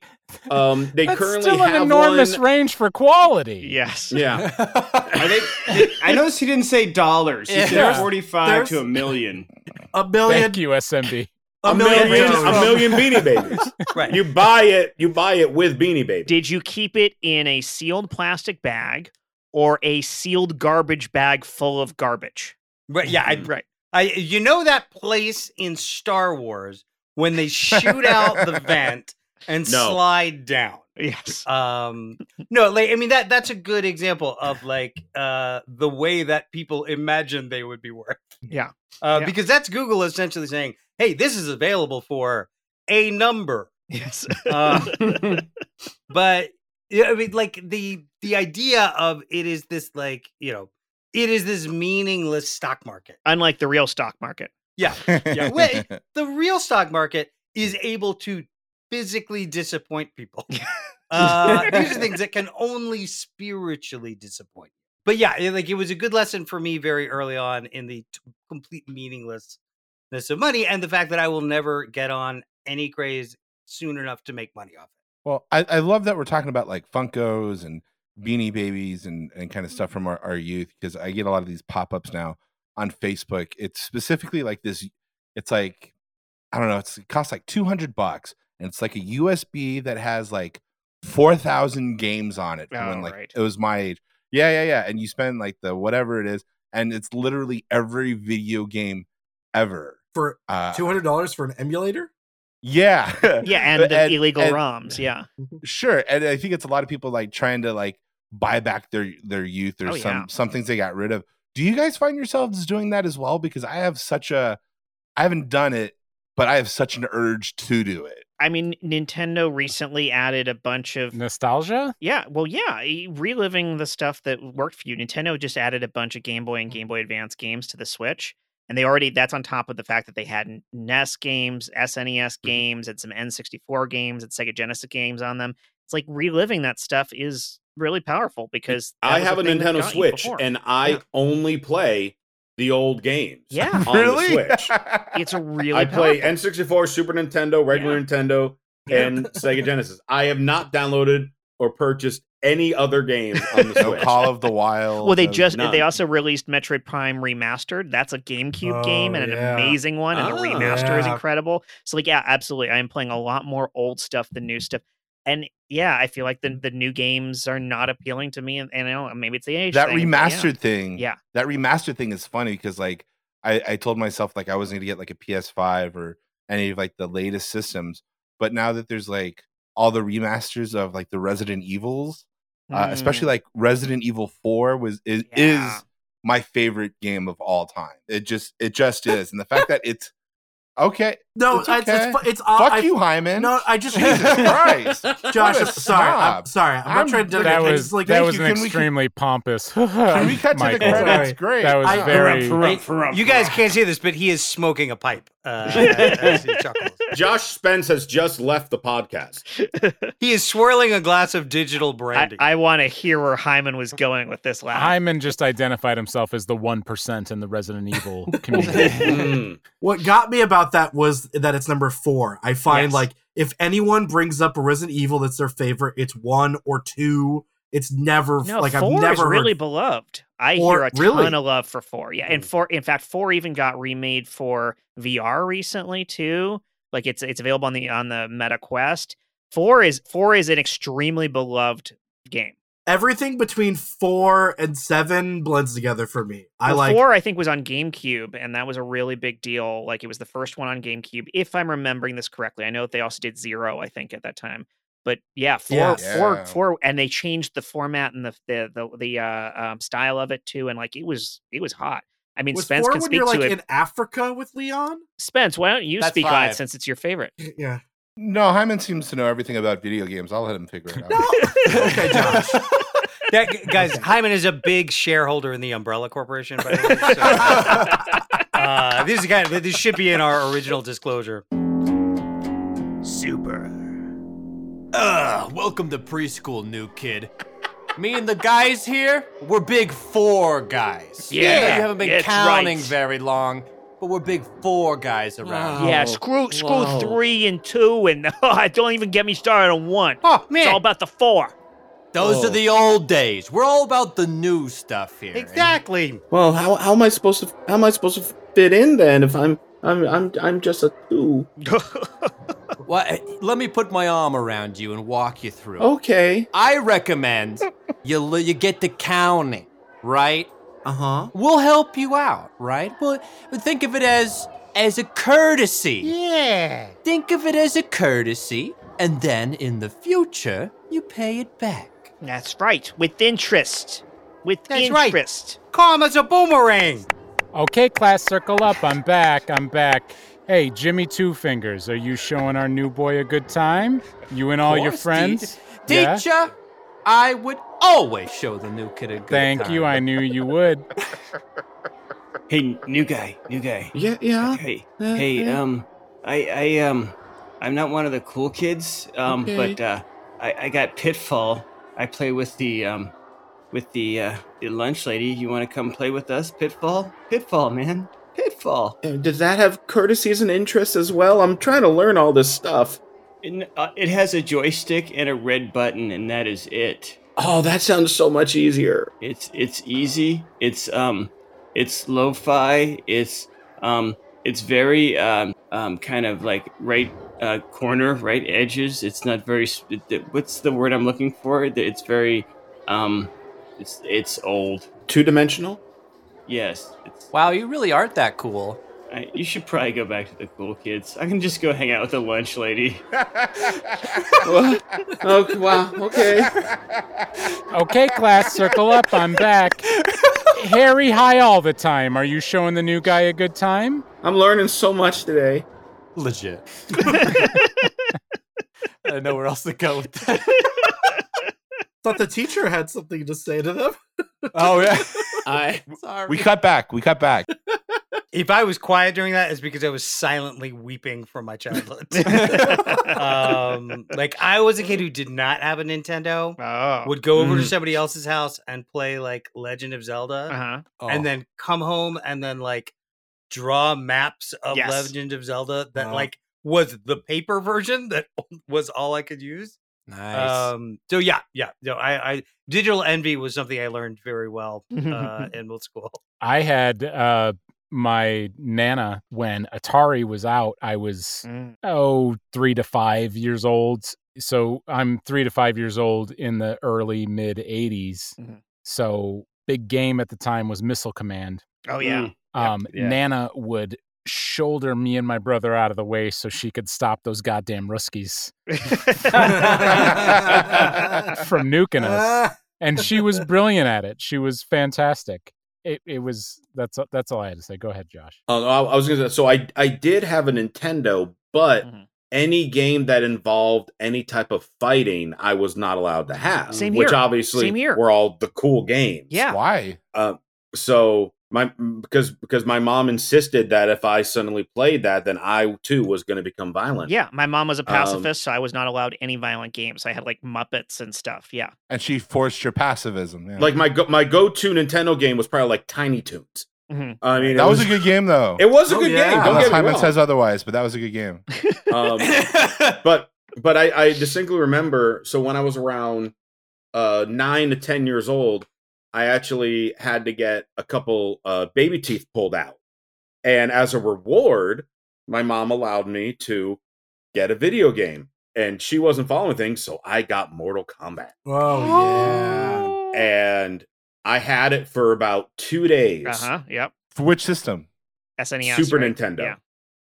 Speaker 8: um they
Speaker 4: That's
Speaker 8: currently
Speaker 4: still
Speaker 8: have
Speaker 4: an enormous
Speaker 8: one.
Speaker 4: range for quality.
Speaker 1: Yes.
Speaker 8: yeah,
Speaker 7: I think I noticed he didn't say dollars. He said
Speaker 6: Yeah.
Speaker 7: forty-five to a
Speaker 6: There's-
Speaker 7: million.
Speaker 6: a billion,
Speaker 4: Thank you, SMB.
Speaker 8: a million,
Speaker 6: dollars.
Speaker 8: a million beanie babies.
Speaker 5: Right.
Speaker 8: You buy it, you buy it with beanie babies.
Speaker 1: Did you keep it in a sealed plastic bag or a sealed garbage bag full of garbage?
Speaker 5: Right, yeah, I,
Speaker 1: Right.
Speaker 5: I, you know that place in Star Wars when they shoot out the vent and
Speaker 8: No.
Speaker 5: slide down.
Speaker 1: Yes.
Speaker 5: Um, no, like I mean that that's a good example of like uh the way that people imagine they would be worth.
Speaker 1: Yeah.
Speaker 5: Uh,
Speaker 1: Yeah.
Speaker 5: because that's Google essentially saying, "Hey, this is available for a number."
Speaker 1: Yes.
Speaker 5: Uh, but yeah, I mean, like the the idea of it is this like you know, it is this meaningless stock market.
Speaker 1: Unlike the real stock market.
Speaker 5: Yeah, wait. The real stock market is able to physically disappoint people. uh, these are things that can only spiritually disappoint. But yeah, it- like it was a good lesson for me very early on in the t- complete meaninglessness of money and the fact that I will never get on any craze soon enough to make money off
Speaker 3: Well, I, I love that we're talking about like Funkos and Beanie Babies and, and kind of stuff from our, our youth because I get a lot of these pop ups now on Facebook. It's specifically like this. It's like I don't know. It's, it costs like two hundred bucks, and it's like a USB that has like four thousand games on it.
Speaker 1: Oh,
Speaker 3: when like
Speaker 1: right.
Speaker 3: it was my age. Yeah, yeah, yeah. And you spend like the whatever it is, and it's literally every video game ever.
Speaker 6: for
Speaker 3: Uh,
Speaker 6: two hundred dollars for an emulator.
Speaker 3: yeah,
Speaker 1: Yeah, and the
Speaker 3: And-
Speaker 1: illegal
Speaker 3: and-
Speaker 1: ROMs. Yeah.
Speaker 3: sure and i think it's a lot of people like trying to like buy back their their youth or
Speaker 1: Oh,
Speaker 3: some
Speaker 1: yeah.
Speaker 3: some things they got rid of do you guys find yourselves doing that as well because i have such a i haven't done it but i have such an urge to do it
Speaker 1: I mean, Nintendo recently added a bunch of
Speaker 4: Nostalgia?
Speaker 1: Yeah, well, yeah, e- reliving the stuff that worked for you. Nintendo just added a bunch of Game
Speaker 8: Mm.
Speaker 1: Boy and Game Boy Advance games to the Switch, and they already that's on top of the fact that they had N- NES games,
Speaker 8: Mm-hmm.
Speaker 1: SNES games, and some N64 games and Sega Genesis games on them. It's like reliving that stuff is really powerful because that
Speaker 8: I
Speaker 1: was
Speaker 8: have a
Speaker 1: thing that
Speaker 8: Nintendo
Speaker 1: got you
Speaker 8: Switch,
Speaker 1: before.
Speaker 8: and I
Speaker 1: Yeah.
Speaker 8: only play the old games.
Speaker 1: yeah,
Speaker 8: on the Switch.
Speaker 1: it's a really
Speaker 8: I play
Speaker 1: powerful-
Speaker 8: N64, Super Nintendo, regular
Speaker 1: Yeah.
Speaker 8: Nintendo, and Sega Genesis. I have not downloaded or purchased any other game on the
Speaker 3: no
Speaker 8: Switch.
Speaker 3: call of the wild
Speaker 1: Well, they
Speaker 3: no-
Speaker 1: just
Speaker 8: none.
Speaker 1: they also released Metroid Prime Remastered. That's a GameCube
Speaker 6: Oh,
Speaker 1: game and an
Speaker 6: yeah.
Speaker 1: amazing one, and
Speaker 8: Oh,
Speaker 1: the remaster is
Speaker 6: yeah.
Speaker 1: incredible. So, like, yeah, absolutely, I am playing a lot more old stuff than new stuff, and yeah, I feel like the the new games are not appealing to me, and, and I don't know, maybe it's the age
Speaker 3: that
Speaker 1: thing, but yeah.
Speaker 3: remastered thing
Speaker 1: Yeah.
Speaker 3: that remastered thing is funny because like I, I told myself like i wasn't gonna get like a ps5 or any of like the latest systems but now that there's like all the remasters of like the resident evils uh, especially like resident evil 4 was is,
Speaker 1: Mm. Yeah.
Speaker 3: is my favorite game of all time it just it just is and the fact that it's okay
Speaker 6: No,
Speaker 3: It's
Speaker 6: it's it's,
Speaker 3: okay.
Speaker 6: it's, odd.
Speaker 3: fuck
Speaker 6: I-
Speaker 3: you hyman
Speaker 6: No, I just
Speaker 3: jesus christ
Speaker 6: Josh,
Speaker 3: What a
Speaker 6: I'm sorry. I'm
Speaker 3: snob.
Speaker 6: sorry. I'm,
Speaker 3: I'm-
Speaker 6: not trying to.
Speaker 4: That
Speaker 6: I
Speaker 4: was
Speaker 6: just, like,
Speaker 4: that
Speaker 3: thank
Speaker 4: was
Speaker 3: you.
Speaker 4: an
Speaker 3: Can we-
Speaker 4: extremely pompous.
Speaker 3: can we cut to the
Speaker 4: Michael.
Speaker 3: credits great
Speaker 4: That was
Speaker 6: I-
Speaker 4: very.
Speaker 5: it. You guys can't see this, but he is smoking a pipe. Uh, as he chuckles.
Speaker 8: Josh Spence has just left the podcast.
Speaker 5: He is swirling a glass of digital
Speaker 1: I,
Speaker 5: brandy.
Speaker 1: I want to hear where Hyman was going with this laugh.
Speaker 4: Hyman just identified himself as the one percent in the Resident Evil community.
Speaker 8: Mm.
Speaker 6: What got me about that was that it's number four. I find
Speaker 1: Yes.
Speaker 6: like if anyone brings up a Resident Evil that's their favorite, it's one or two. It's never
Speaker 1: No,
Speaker 6: like
Speaker 1: four
Speaker 6: I've
Speaker 1: is
Speaker 6: never
Speaker 1: really
Speaker 6: heard.
Speaker 1: beloved. I
Speaker 6: Four-
Speaker 1: hear a ton
Speaker 6: really? Mm.
Speaker 1: of love for four. Yeah, and four. In fact, four even got remade for VR recently too. Like it's it's available on the on the Meta Quest. Four is four is an extremely beloved game.
Speaker 6: everything between four and seven blends together for me. I
Speaker 1: Well,
Speaker 6: like
Speaker 1: four, I think, was on GameCube, and that was a really big deal. Like it was the first one on GameCube, if I'm remembering this correctly. I know they also did zero, I think, at that time. But yeah, four,
Speaker 6: Yeah.
Speaker 1: four,
Speaker 3: Yeah.
Speaker 1: four, and they changed the format and the the the, the uh, um, style of it too. And like it was, it was hot. I mean,
Speaker 6: was
Speaker 1: Spence
Speaker 6: four
Speaker 1: can
Speaker 6: when
Speaker 1: speak
Speaker 6: you're
Speaker 1: to
Speaker 6: like
Speaker 1: it.
Speaker 6: in Africa with Leon.
Speaker 1: Spence, why don't you
Speaker 2: That's
Speaker 1: speak on it
Speaker 2: five.
Speaker 1: since it's your favorite?
Speaker 6: Yeah.
Speaker 3: No, Hyman seems to know everything about video games. I'll let him figure it out.
Speaker 6: No. okay, Josh.
Speaker 5: That, g- guys, Hyman is a big shareholder in the Umbrella Corporation. By the way, so, uh, this is kind of this should be in our original disclosure.
Speaker 2: Ugh, welcome to preschool, new kid. Me and the guys here, we're big four guys.
Speaker 1: Yeah,
Speaker 2: I know you haven't been
Speaker 1: it's
Speaker 2: counting
Speaker 1: right. Oh.
Speaker 2: very long, but we're big four guys around.
Speaker 1: yeah,
Speaker 2: here.
Speaker 1: screw screw three and two, and oh, don't even get me started on one.
Speaker 2: Oh,
Speaker 1: It's all
Speaker 2: man.
Speaker 1: about the four.
Speaker 2: Those are the old days. We're all about the new stuff here. and
Speaker 5: Exactly.
Speaker 7: Well, how, how am I supposed to how am I supposed to fit in then if I'm I'm I'm I'm just a two?
Speaker 2: Well, eh, let me put my arm around you and walk you through. it.
Speaker 7: Okay.
Speaker 2: I recommend you l- you get to counting, right?
Speaker 6: Uh huh.
Speaker 2: We'll help you out, right? Well, think of it as as a courtesy.
Speaker 5: Yeah.
Speaker 2: Think of it as a courtesy, and then in the future, you pay it back.
Speaker 1: That's right, with interest. With
Speaker 5: That's right.
Speaker 1: interest.
Speaker 5: Calm as a boomerang.
Speaker 4: Okay, class, circle up. I'm back. I'm back. Hey, Jimmy Two Fingers, are you showing our new boy a good time? You and all your
Speaker 2: Course,
Speaker 4: friends?
Speaker 2: te-
Speaker 4: Yeah?
Speaker 2: Teacher, I would always show the new kid a good
Speaker 4: Thank you. I
Speaker 2: time.
Speaker 4: knew you would.
Speaker 10: Hey, new guy, new guy.
Speaker 7: Yeah, yeah.
Speaker 10: Hey,
Speaker 7: Uh,
Speaker 10: hey,
Speaker 7: uh,
Speaker 10: um, I, I, um, I'm not one of the cool kids, um,
Speaker 7: Okay.
Speaker 10: but uh, I, I got Pitfall. I play with the, um, with the, uh, the lunch lady. You want to come play with us, Pitfall? Pitfall, man, Pitfall.
Speaker 7: uh, does that have courtesies and interests as well? I'm trying to learn all this stuff.
Speaker 10: It, uh, it has a joystick and a red button, and that is it.
Speaker 7: Oh, that sounds so much easier.
Speaker 10: It's it's easy. It's um, it's lo-fi. It's um, it's very um, um kind of like right uh, corner, right edges. It's not very. s- It, it- what's the word I'm looking for? It's very um, it's it's old.
Speaker 7: Two dimensional?
Speaker 10: Yes, it's.
Speaker 2: Wow, you really aren't that cool.
Speaker 10: I, you should probably go back to the cool kids. I can just go hang out with the lunch lady.
Speaker 7: What? oh, wow. Okay.
Speaker 4: Okay, class, circle up. I'm back. Harry high all the time. Are you showing the new guy a good time?
Speaker 7: I'm learning so much today.
Speaker 2: Legit. I don't know where else to go with that.
Speaker 6: Thought the teacher had something to say to them.
Speaker 2: Oh, yeah.
Speaker 7: I
Speaker 2: Sorry.
Speaker 3: We cut back. We cut back.
Speaker 5: If I was quiet during that, it's because I was silently weeping from my childhood. um, like I was a kid who did not have a Nintendo.
Speaker 1: Oh.
Speaker 5: Would go
Speaker 2: Mm.
Speaker 5: over to somebody else's house and play like Legend of Zelda,
Speaker 1: uh-huh.
Speaker 2: Oh.
Speaker 5: and then come home and then like draw maps of
Speaker 1: Yes.
Speaker 5: Legend of Zelda that
Speaker 2: Wow.
Speaker 5: like was the paper version that was all I could use.
Speaker 2: nice.
Speaker 5: Um, so yeah, yeah. No, I, I digital envy was something I learned very well uh, in middle school.
Speaker 4: I had uh, my Nana when Atari was out. I was
Speaker 1: Mm.
Speaker 4: oh three to five years old so i'm three to five years old in the early mid 80s
Speaker 1: Mhm.
Speaker 4: so big game at the time was missile command
Speaker 1: Oh yeah.
Speaker 8: Mm,
Speaker 4: um nana would shoulder me and my brother out of the way so she could stop those goddamn ruskies from nuking us
Speaker 6: Ah,
Speaker 4: and she was brilliant at it she was fantastic it, it was that's that's all i had to say go ahead josh
Speaker 8: Oh, no, I, I was gonna. Say, so I I did have a Nintendo, but
Speaker 1: Mhm.
Speaker 8: any game that involved any type of fighting, I was not allowed to have.
Speaker 1: Same
Speaker 8: which
Speaker 1: here.
Speaker 8: obviously
Speaker 1: Same here.
Speaker 8: were all the cool games. Um,
Speaker 1: Yeah.
Speaker 3: Why?
Speaker 8: So my mm, because because my mom insisted that if I suddenly played that, then I too was going to become violent.
Speaker 1: Yeah. My mom was a
Speaker 8: Um,
Speaker 1: pacifist, so I was not allowed any violent games. I had like Muppets and stuff. Yeah.
Speaker 3: And she forced your pacifism. yeah.
Speaker 8: Like my go- my go to Nintendo game was probably like Tiny Toons.
Speaker 1: Mhm.
Speaker 8: I mean,
Speaker 3: that
Speaker 8: it
Speaker 3: was a good game, though.
Speaker 8: It was a
Speaker 6: Oh,
Speaker 8: good
Speaker 6: yeah.
Speaker 8: game. Don't
Speaker 3: Unless
Speaker 8: get me
Speaker 3: Hyman
Speaker 8: wrong.
Speaker 3: says otherwise, but that was a good game.
Speaker 8: Um, but but I, I distinctly remember so when i was around uh nine to ten years old i actually had to get a couple uh baby teeth pulled out and as a reward my mom allowed me to get a video game and she wasn't following things, so I got Mortal Kombat.
Speaker 6: Oh,
Speaker 8: And I had it for about two days.
Speaker 1: Uh huh. Yep.
Speaker 3: For which system?
Speaker 1: SNES.
Speaker 8: Super
Speaker 1: right?
Speaker 8: Nintendo.
Speaker 1: Yeah.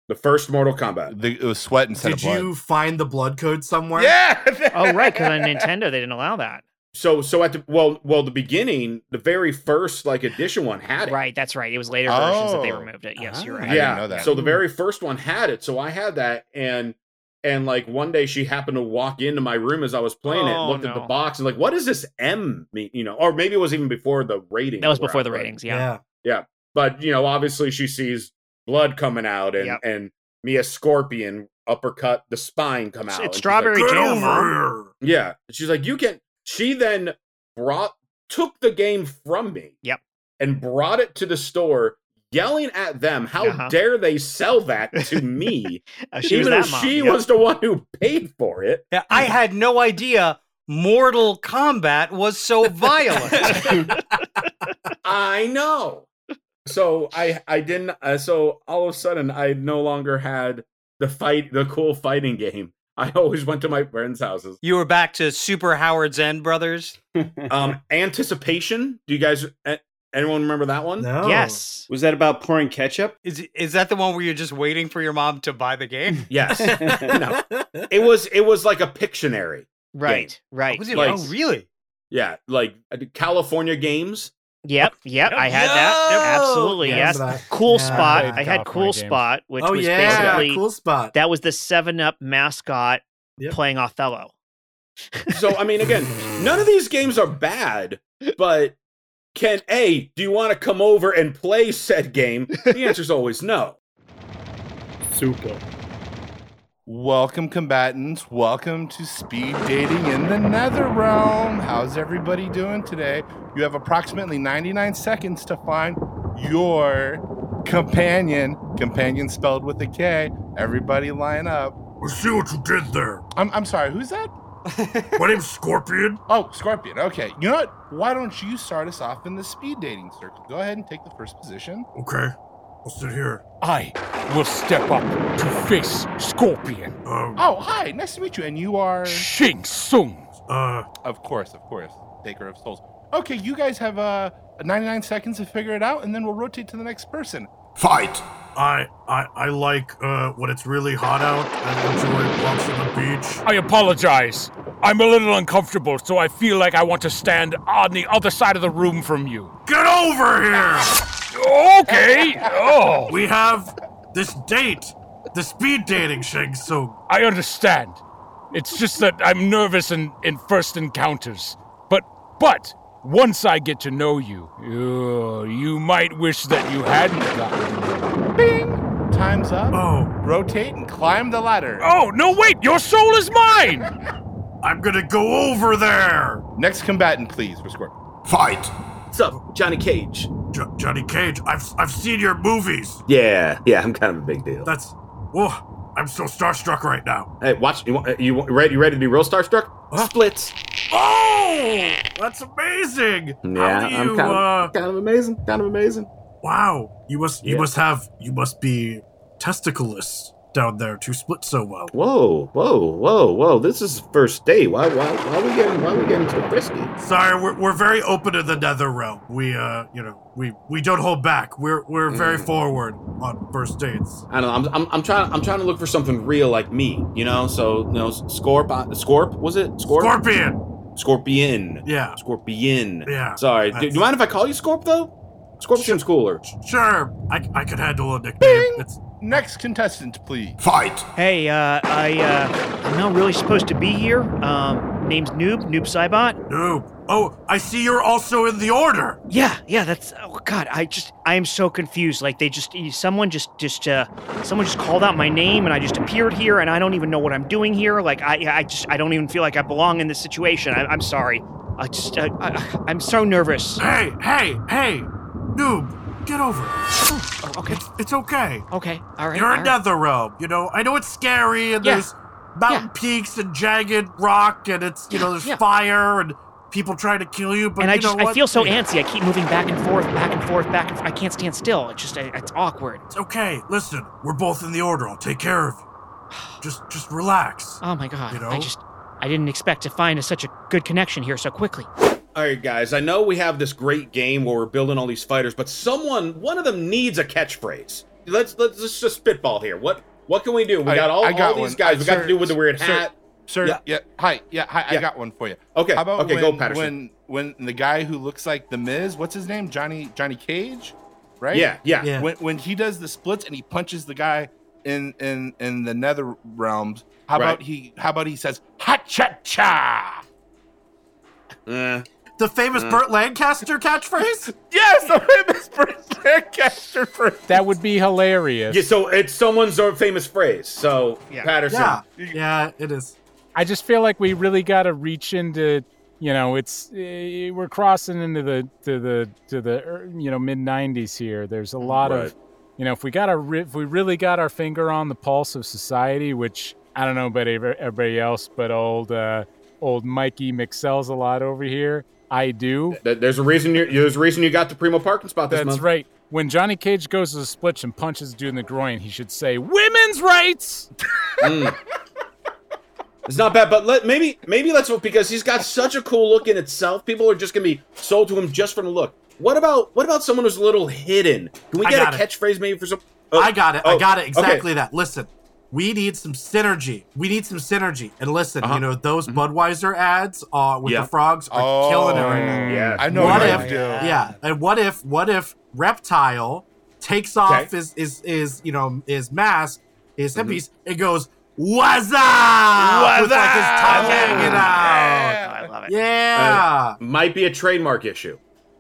Speaker 8: The first Mortal Kombat.
Speaker 3: The, it was sweat
Speaker 6: yeah.
Speaker 3: instead
Speaker 6: Did
Speaker 3: of blood.
Speaker 6: you find the blood code somewhere?
Speaker 3: Yeah.
Speaker 1: Oh right, because on Nintendo they didn't allow that.
Speaker 8: So so at the well well the beginning, the very first like edition one had it.
Speaker 1: Right. That's right. It was later versions that they
Speaker 3: Oh.
Speaker 1: removed it. Yes, you're
Speaker 3: Ah.
Speaker 1: right.
Speaker 3: I didn't know that.
Speaker 8: So the very first one had it. So I had that and and like one day she happened to walk into my room as I was playing it,
Speaker 1: Oh,
Speaker 8: looked at the
Speaker 1: no.
Speaker 8: box and like, what does this M mean? You know, or maybe it was even before the rating.
Speaker 1: That was
Speaker 8: were
Speaker 1: before
Speaker 8: out,
Speaker 1: the
Speaker 8: but-
Speaker 1: ratings.
Speaker 6: Yeah.
Speaker 1: Yeah.
Speaker 8: But you know, obviously she sees blood coming out and
Speaker 1: Yep.
Speaker 8: and me a scorpion uppercut the spine come
Speaker 1: It's-
Speaker 8: out.
Speaker 1: it's
Speaker 8: and she's like,
Speaker 1: strawberry
Speaker 6: Get
Speaker 1: jam.
Speaker 6: over
Speaker 1: Mom.
Speaker 6: here.
Speaker 8: Yeah. She's like, you can she then brought took the game from me.
Speaker 1: Yep.
Speaker 8: And brought it to the store, yelling at them, how
Speaker 1: Uh-huh.
Speaker 8: dare they sell that to me?
Speaker 1: Uh, she was
Speaker 8: Even
Speaker 1: that
Speaker 8: though
Speaker 1: mom.
Speaker 8: she
Speaker 1: Yep.
Speaker 8: was the one who paid for it.
Speaker 5: Yeah, I had no idea Mortal Kombat was so violent.
Speaker 8: I know. So I I didn't uh, so all of a sudden I no longer had the fight the cool fighting game. I always went to my friends' houses.
Speaker 5: you were back to Super Howard's End Brothers.
Speaker 8: Um Anticipation. Do you guys a- anyone remember that one?
Speaker 6: No.
Speaker 1: Yes.
Speaker 7: Was that about pouring ketchup?
Speaker 5: Is is that the one where you're just waiting for your mom to buy the game?
Speaker 8: Yes. no. It was it was like a Pictionary.
Speaker 1: Right. Right.
Speaker 5: Was it-
Speaker 8: Like-
Speaker 5: oh, really?
Speaker 8: Yeah, like uh, California games.
Speaker 1: Yep. Yep. I had that. Absolutely.
Speaker 6: Yeah,
Speaker 1: yes.
Speaker 6: remember that.
Speaker 1: Cool
Speaker 6: Yeah.
Speaker 1: spot.
Speaker 4: Played
Speaker 1: I had
Speaker 4: Golf
Speaker 1: cool
Speaker 4: Boy games.
Speaker 1: spot, which
Speaker 6: oh
Speaker 1: was
Speaker 6: yeah,
Speaker 1: basically
Speaker 6: cool spot.
Speaker 1: that was the Seven Up mascot
Speaker 6: Yep.
Speaker 1: playing Othello.
Speaker 8: So I mean, again, none of these games are bad, but can a do you want to come over and play said game? The answer is always no.
Speaker 7: Super.
Speaker 3: Welcome, combatants. Welcome to speed dating in the nether realm. How's everybody doing today? You have approximately 99 seconds to find your companion. Companion spelled with a K. Everybody line up.
Speaker 6: I see what you did there.
Speaker 3: I'm, I'm sorry, who's that?
Speaker 6: My name's Scorpion.
Speaker 3: Oh, Scorpion. Okay. You know what? Why don't you start us off in the speed dating circle? Go ahead and take the first position.
Speaker 6: Okay, I'll sit here.
Speaker 4: I will step up to face Scorpion.
Speaker 6: Um,
Speaker 3: Oh, hi. Nice to meet you. And you are.
Speaker 4: Shing Tsung.
Speaker 6: uh,
Speaker 3: Of course, of course. Baker of Souls. Okay, you guys have uh, 99 seconds to figure it out, and then we'll rotate to the next person.
Speaker 6: fight. I, I, I like uh, when it's really hot out and enjoy walks on the beach.
Speaker 4: I apologize. I'm a little uncomfortable, so I feel like I want to stand on the other side of the room from you.
Speaker 6: Get over here.
Speaker 4: Okay. Oh,
Speaker 6: We have this date, the speed dating Shang Tsung.
Speaker 4: I understand. It's just that I'm nervous in, in first encounters. But but once I get to know you, you, you might wish that you hadn't gotten.
Speaker 3: Bing! Time's up.
Speaker 6: Oh,
Speaker 3: Rotate and climb the ladder.
Speaker 4: Oh no! Wait, your soul is mine.
Speaker 6: I'm gonna go over there.
Speaker 3: Next combatant, please, for Squirt.
Speaker 6: Fight,
Speaker 7: What's up, Johnny Cage?
Speaker 6: Jo- Johnny Cage. I've I've seen your movies.
Speaker 7: Yeah, yeah, I'm kind of a big deal.
Speaker 6: That's whoa. I'm so starstruck right now.
Speaker 8: Hey, watch you want- you want- ready? You ready to be real starstruck?
Speaker 6: Huh?
Speaker 8: Splits.
Speaker 6: Oh, that's amazing. How do you? uh,
Speaker 8: kind of amazing. Kind of amazing.
Speaker 6: wow, you must you
Speaker 8: Yeah.
Speaker 6: must have you must be testicleless down there to split so well.
Speaker 8: Whoa, whoa, whoa, whoa! This is first day. Why, why, why are we getting, why are we getting so frisky?
Speaker 6: Sorry, we're, we're very open to the nether realm. We uh, you know, we we don't hold back. We're we're very forward on first dates.
Speaker 8: I don't know. I'm, I'm, I'm trying, I'm trying to look for something real like me, you know. So, you know, Scorp, uh, Scorp, was it Scorp?
Speaker 6: Scorpion.
Speaker 8: Scorpion.
Speaker 6: Yeah,
Speaker 8: Scorpion.
Speaker 6: Yeah,
Speaker 8: Sorry. Do, do you
Speaker 6: that's-
Speaker 8: mind if I call you Scorp though? Scorpion's cooler.
Speaker 6: sure. I I could handle a nickname.
Speaker 3: Bing.
Speaker 6: It's
Speaker 3: Next contestant, please.
Speaker 6: fight.
Speaker 1: Hey, uh, I uh, I'm not really supposed to be here. Um, name's Noob. Noob Saibot.
Speaker 6: No. Oh, I see you're also in the order.
Speaker 1: Yeah, yeah. That's oh god. I just I am so confused. Like they just someone just just uh someone just called out my name and I just appeared here and I don't even know what I'm doing here. Like I I just I don't even feel like I belong in this situation. I, I'm sorry. I just uh, I, I'm so nervous.
Speaker 6: Hey, hey, hey, noob, get over it.
Speaker 1: Oh, Okay.
Speaker 6: It's, it's okay.
Speaker 1: Okay. All right.
Speaker 6: You're
Speaker 1: all
Speaker 6: in
Speaker 1: right.
Speaker 6: Nether Realm. You know, I know it's scary and
Speaker 1: Yeah.
Speaker 6: there's mountain peaks and jagged rock and it's, you know, there's
Speaker 1: yeah.
Speaker 6: fire and people trying to kill you. But
Speaker 1: and
Speaker 6: you
Speaker 1: I just
Speaker 6: know
Speaker 1: I
Speaker 6: what?
Speaker 1: feel so antsy. I keep moving back and forth, back and forth, back and forth. I can't stand still. It's just I, it's awkward.
Speaker 6: It's okay. Listen, we're both in the order. I'll take care of you. Just just relax.
Speaker 9: Oh my god!
Speaker 6: You know?
Speaker 9: I just I didn't expect to find such a good connection here so quickly.
Speaker 8: All right, guys. I know we have this great game where we're building all these fighters, but someone, one of them needs a catchphrase. Let's let's, let's just spitball here. What what can we do? We
Speaker 3: I-
Speaker 8: got all,
Speaker 3: I got
Speaker 8: all these
Speaker 3: one.
Speaker 8: guys.
Speaker 3: Uh,
Speaker 8: we got
Speaker 3: sir-
Speaker 8: to do with the weird
Speaker 3: sir-
Speaker 8: hat.
Speaker 3: Sir,
Speaker 8: Yeah.
Speaker 3: yeah. hi, yeah, hi,
Speaker 8: Yeah.
Speaker 3: I got one for you.
Speaker 8: Okay.
Speaker 3: How about
Speaker 8: okay,
Speaker 3: when,
Speaker 8: go Patterson.
Speaker 3: when when the guy who looks like the Miz, what's his name? Johnny Johnny Cage, right?
Speaker 8: Yeah, yeah.
Speaker 5: Yeah.
Speaker 3: When when he does the splits and he punches the guy in in in the nether realms, how
Speaker 8: Right.
Speaker 3: about he how about he says ha cha cha?
Speaker 8: Uh,
Speaker 6: The famous Burt Lancaster catchphrase?
Speaker 3: Yes, the famous Bruce Lancaster for
Speaker 4: That would be hilarious.
Speaker 8: yeah. So it's someone's famous phrase. So
Speaker 1: Yeah.
Speaker 8: Patterson.
Speaker 6: yeah. Yeah, it is.
Speaker 4: I just feel like we really got to reach into, you know, it's eh, we're crossing into the to the to the er, you know mid '90s here. There's a lot
Speaker 8: Mm, Right.
Speaker 4: of, you know, if we got our if we really got our finger on the pulse of society, which I don't know about ev- everybody else, but old uh, old Mikey McSell's a lot over here. I do.
Speaker 8: Th- There's a reason. You're, there's a reason you got the primo parking spot this
Speaker 4: That's
Speaker 8: month.
Speaker 4: right. When Johnny Cage goes to the splits and punches dude in the groin, he should say "Women's rights."
Speaker 8: Mm. It's not bad, but let maybe maybe let's because he's got such a cool look in itself. People are just gonna be sold to him just from the look. What about what about someone who's a little hidden? Can we
Speaker 6: I
Speaker 8: get a
Speaker 6: got it.
Speaker 8: catchphrase maybe for some?
Speaker 6: I got it. I
Speaker 8: oh,
Speaker 6: got it.
Speaker 8: okay.
Speaker 6: Exactly that. Listen, we need some synergy. We need some synergy. And listen,
Speaker 1: Uh-huh.
Speaker 6: you know those
Speaker 1: Mm-hmm.
Speaker 6: Budweiser ads uh, with
Speaker 8: Yeah.
Speaker 6: the frogs are
Speaker 3: Oh,
Speaker 6: killing it right now.
Speaker 8: Yeah.
Speaker 3: I know
Speaker 6: What
Speaker 3: what
Speaker 6: if-
Speaker 3: I do.
Speaker 6: Yeah. And what if what if reptile takes off
Speaker 8: Okay.
Speaker 6: his is is you know his mask, his
Speaker 1: Mm-hmm.
Speaker 6: headpiece, and goes what's up? with like his tongue hanging out.
Speaker 1: Oh, I love it.
Speaker 6: Yeah.
Speaker 8: Might be a trademark issue.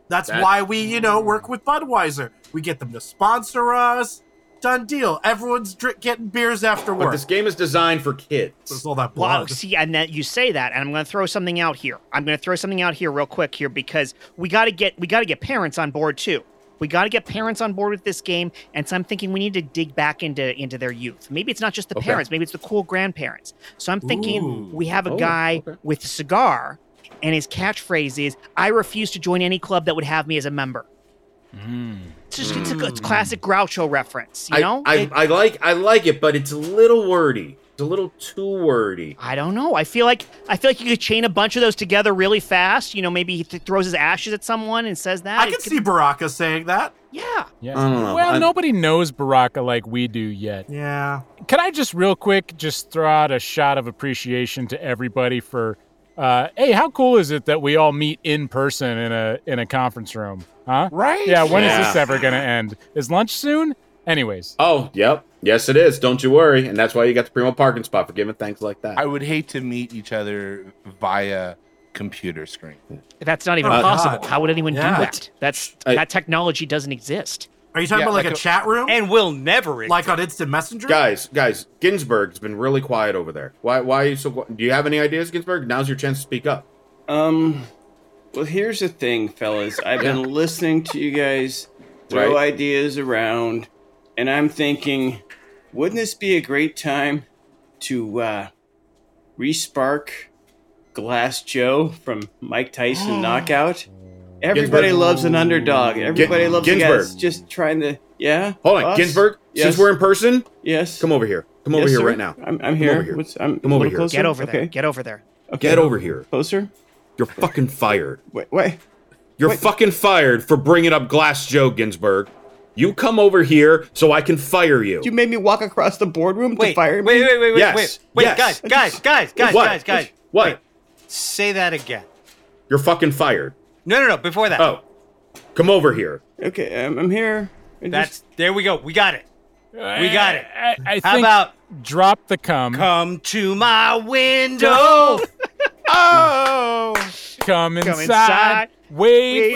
Speaker 6: That's
Speaker 8: That-
Speaker 6: why we, you know, work with Budweiser. We get them to sponsor us. Done deal. Everyone's dri- getting beers after
Speaker 8: But
Speaker 6: work.
Speaker 8: this game is designed for
Speaker 6: It's
Speaker 8: kids.
Speaker 6: all that
Speaker 1: Wow.
Speaker 6: blood.
Speaker 1: See, and that you say that, and I'm going to throw something out here. I'm going to throw something out here real quick here because we got to get we got to get parents on board too. We got to get parents on board with this game, and so I'm thinking we need to dig back into into their youth. Maybe it's not just the
Speaker 8: Okay.
Speaker 1: parents, maybe it's the cool grandparents. So I'm thinking
Speaker 6: Ooh.
Speaker 1: we have a
Speaker 8: Oh,
Speaker 1: guy
Speaker 8: okay.
Speaker 1: with a cigar, and his catchphrase is "I refuse to join any club that would have me as a member." It's just
Speaker 6: Hmm.
Speaker 1: it's a it's classic Groucho reference, you
Speaker 8: Hmm. I,
Speaker 1: know.
Speaker 8: I, I like I like it, but it's a little wordy. It's a little too wordy.
Speaker 1: I don't know. I feel like I feel like you could chain a bunch of those together really fast. You know, maybe he th- throws his ashes at someone and says that.
Speaker 6: I
Speaker 1: It
Speaker 6: can
Speaker 1: could-
Speaker 6: see Baraka saying that.
Speaker 1: Yeah.
Speaker 4: Yeah.
Speaker 8: I don't know.
Speaker 4: Well,
Speaker 8: I'm-
Speaker 4: nobody knows Baraka like we do yet.
Speaker 6: Yeah.
Speaker 4: Can I just real quick just throw out a shot of appreciation to everybody for, uh, hey, how cool is it that we all meet in person in a in a conference room, huh?
Speaker 3: Right?
Speaker 4: Yeah. When is
Speaker 8: Yeah.
Speaker 4: this ever gonna end? Is lunch soon? Anyways,
Speaker 8: Oh, yep. Yes, it is. Don't you worry. And that's why you got the primo parking spot for giving thanks like that.
Speaker 3: I would hate to meet each other via computer screen.
Speaker 9: That's not even
Speaker 6: Oh,
Speaker 9: possible.
Speaker 6: God.
Speaker 9: How would anyone
Speaker 6: Yeah.
Speaker 9: do that? That's
Speaker 8: I-
Speaker 9: that technology doesn't exist.
Speaker 6: Are you talking
Speaker 3: Yeah,
Speaker 6: about like,
Speaker 3: like
Speaker 6: a,
Speaker 3: a-
Speaker 6: chat room?
Speaker 5: and will never exist.
Speaker 6: like on Instant Messenger?
Speaker 8: guys, guys, Ginsburg's been really quiet over there. Why? Why are you so? qui- Do you have any ideas, Ginsburg? Now's your chance to speak up.
Speaker 10: Um, well, here's the thing, fellas. I've been listening to you guys throw
Speaker 8: Right.
Speaker 10: ideas around, and I'm thinking, wouldn't this be a great time to uh, respark Glass Joe from Mike Tyson Knockout? Everybody
Speaker 8: Ginsburg.
Speaker 10: loves an underdog. Everybody loves a guy
Speaker 8: Ginsburg.
Speaker 10: that's just trying to. Yeah.
Speaker 8: Hold on,
Speaker 10: us?
Speaker 8: Ginsburg.
Speaker 10: Yes.
Speaker 8: Since we're in person,
Speaker 10: Yes.
Speaker 8: come over here. Come over
Speaker 10: Yes,
Speaker 8: here
Speaker 10: sir.
Speaker 8: right now.
Speaker 10: I'm, I'm here.
Speaker 8: over here.
Speaker 10: What's, I'm
Speaker 8: Come
Speaker 10: a
Speaker 8: over
Speaker 10: little
Speaker 8: here.
Speaker 10: Closer?
Speaker 1: Get over there.
Speaker 10: Okay.
Speaker 1: Get over there.
Speaker 10: Okay.
Speaker 8: Get over here.
Speaker 10: Closer.
Speaker 8: You're fucking fired.
Speaker 10: Wait. Wait.
Speaker 8: You're
Speaker 10: Wait.
Speaker 8: fucking fired for bringing up Glass Joe Ginsburg. You come over here so I can fire you.
Speaker 10: You made me walk across the boardroom
Speaker 5: wait,
Speaker 10: to fire me.
Speaker 5: wait, wait, wait, wait,
Speaker 8: Yes,
Speaker 5: wait, wait,
Speaker 8: yes.
Speaker 5: guys, guys, guys, guys,
Speaker 8: what?
Speaker 5: guys, guys.
Speaker 8: What?
Speaker 5: Wait, say that again.
Speaker 8: You're fucking fired.
Speaker 5: No, no, no. Before that,
Speaker 8: Oh, come over here.
Speaker 10: Okay, I'm, I'm here. I
Speaker 5: that's
Speaker 10: just-
Speaker 5: there. We go. We got it. We got it.
Speaker 4: I, I
Speaker 5: How
Speaker 4: think
Speaker 5: about
Speaker 4: drop the cum, come,
Speaker 5: come to my window?
Speaker 4: inside,
Speaker 1: inside,
Speaker 4: wait,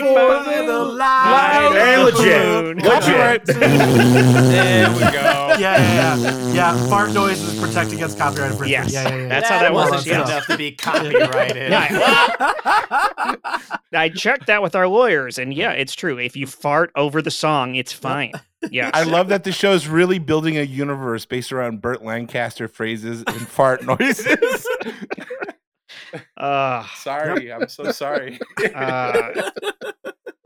Speaker 1: wait
Speaker 4: for
Speaker 1: for
Speaker 4: the
Speaker 6: The
Speaker 4: light.
Speaker 6: light
Speaker 8: Hey,
Speaker 6: of the
Speaker 8: legit.
Speaker 6: moon.
Speaker 8: Legit.
Speaker 5: there we go.
Speaker 6: Yeah, yeah, yeah. Yeah, fart noises protect against copyright infringement.
Speaker 1: Yes.
Speaker 6: Yeah, yeah, yeah.
Speaker 1: That's how that works.
Speaker 6: yeah.
Speaker 1: Yeah.
Speaker 2: to be copyrighted.
Speaker 9: I
Speaker 1: Check that with our lawyers, and yeah, it's true. If you fart over the song, it's fine. Yeah.
Speaker 3: I love that the show's really building a universe based around Burt Lancaster phrases and fart noises.
Speaker 1: Uh,
Speaker 3: sorry, I'm so sorry.
Speaker 1: uh,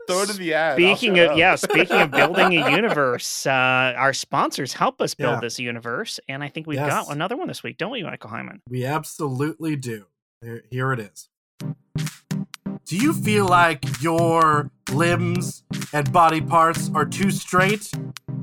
Speaker 3: Throw it in the ad. I'll
Speaker 1: Speaking
Speaker 3: shut
Speaker 1: of
Speaker 3: up.
Speaker 1: yeah, speaking of building a universe, uh, our sponsors help us build
Speaker 6: Yeah.
Speaker 1: this universe, and I think we've
Speaker 6: Yes.
Speaker 1: got another one this week, don't we, Michael Hyman?
Speaker 6: We absolutely do. Here, here it is. Do you feel like your limbs and body parts are too straight?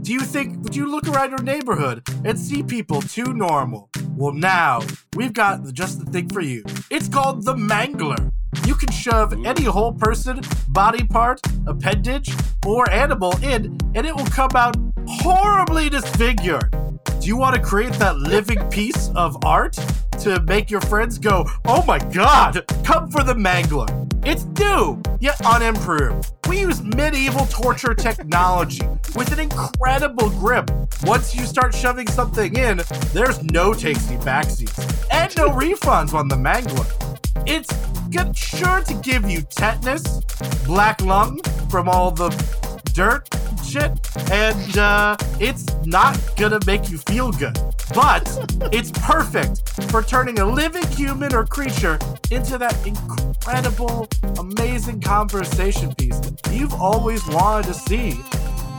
Speaker 6: Do you think, do you look around your neighborhood and see people too normal? Well, now we've got just the thing for you. It's called the Mangler. You can shove any whole person, body part, appendage, or animal in, and it will come out horribly disfigured. Do you want to create that living piece of art to make your friends go, oh my god, come for the mangler? It's new, yet unimproved. We use medieval torture technology with an incredible grip. Once you start shoving something in, there's no takesy backsies and no refunds on the mangler. It's good, sure to give you tetanus, black lung from all the dirt shit, and uh, it's not gonna make you feel good. But it's perfect for turning a living human or creature into that incredible, amazing conversation piece that you've always wanted to see,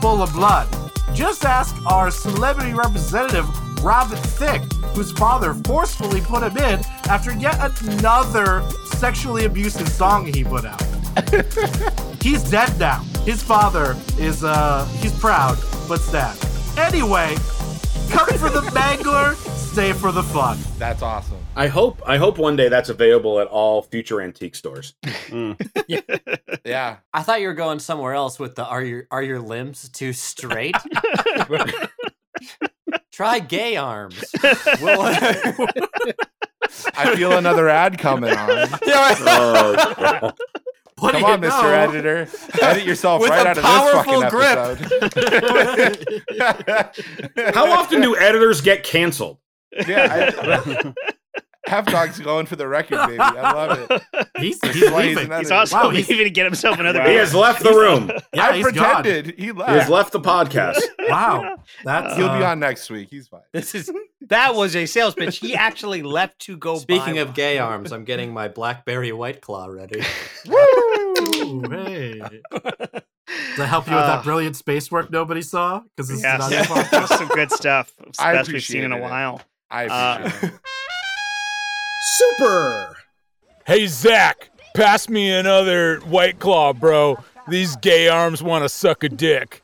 Speaker 6: full of blood. Just ask our celebrity representative, Robin Thicke, whose father forcefully put him in after yet another sexually abusive song he put out he's dead now. His father is uh he's proud but sad. Anyway, come for the mangler, stay for the fun.
Speaker 3: That's awesome.
Speaker 8: I hope I hope one day that's available at all future antique stores.
Speaker 10: Mm.
Speaker 3: Yeah.
Speaker 2: I thought you were going somewhere else with the are your are your limbs too straight? Try gay arms. We'll-
Speaker 3: I feel another ad coming on.
Speaker 8: Oh, God.
Speaker 6: What do
Speaker 3: Come
Speaker 6: you
Speaker 3: on, Mr.
Speaker 6: know?
Speaker 3: Editor. Edit yourself
Speaker 2: With
Speaker 3: right
Speaker 2: a
Speaker 3: out of this fucking
Speaker 2: powerful
Speaker 3: episode.
Speaker 8: How often do editors get canceled?
Speaker 3: yeah, I, Half Dog's going for the record, baby. I love it.
Speaker 6: He's,
Speaker 3: He's
Speaker 6: he's
Speaker 3: lazy,
Speaker 6: leaving.
Speaker 3: not
Speaker 1: He's
Speaker 3: Wow,
Speaker 1: also
Speaker 6: he's-
Speaker 1: leaving to get himself another
Speaker 8: He
Speaker 1: beer.
Speaker 8: has left the room.
Speaker 6: Yeah,
Speaker 3: I
Speaker 6: he's
Speaker 3: pretended he
Speaker 8: He has
Speaker 3: left.
Speaker 8: left the podcast.
Speaker 6: Gone. Wow, that's
Speaker 3: He'll
Speaker 6: uh,
Speaker 3: be on next week. He's fine.
Speaker 5: This is that was a sales pitch. He actually left to go.
Speaker 2: Speaking
Speaker 5: buy
Speaker 2: of
Speaker 5: one.
Speaker 2: gay arms, I'm getting my blackberry white claw ready.
Speaker 6: ooh, hey. To help you with
Speaker 1: Ah.
Speaker 6: that brilliant space work nobody saw, because this
Speaker 1: Yes.
Speaker 6: is not his podcast.
Speaker 1: Some good stuff. It's the
Speaker 3: I
Speaker 1: best we've seen in a
Speaker 3: appreciated it.
Speaker 1: while.
Speaker 3: I
Speaker 1: Uh,
Speaker 3: appreciate it.
Speaker 5: super.
Speaker 4: Hey, Zach, pass me another White Claw, bro. These gay arms want to suck a dick.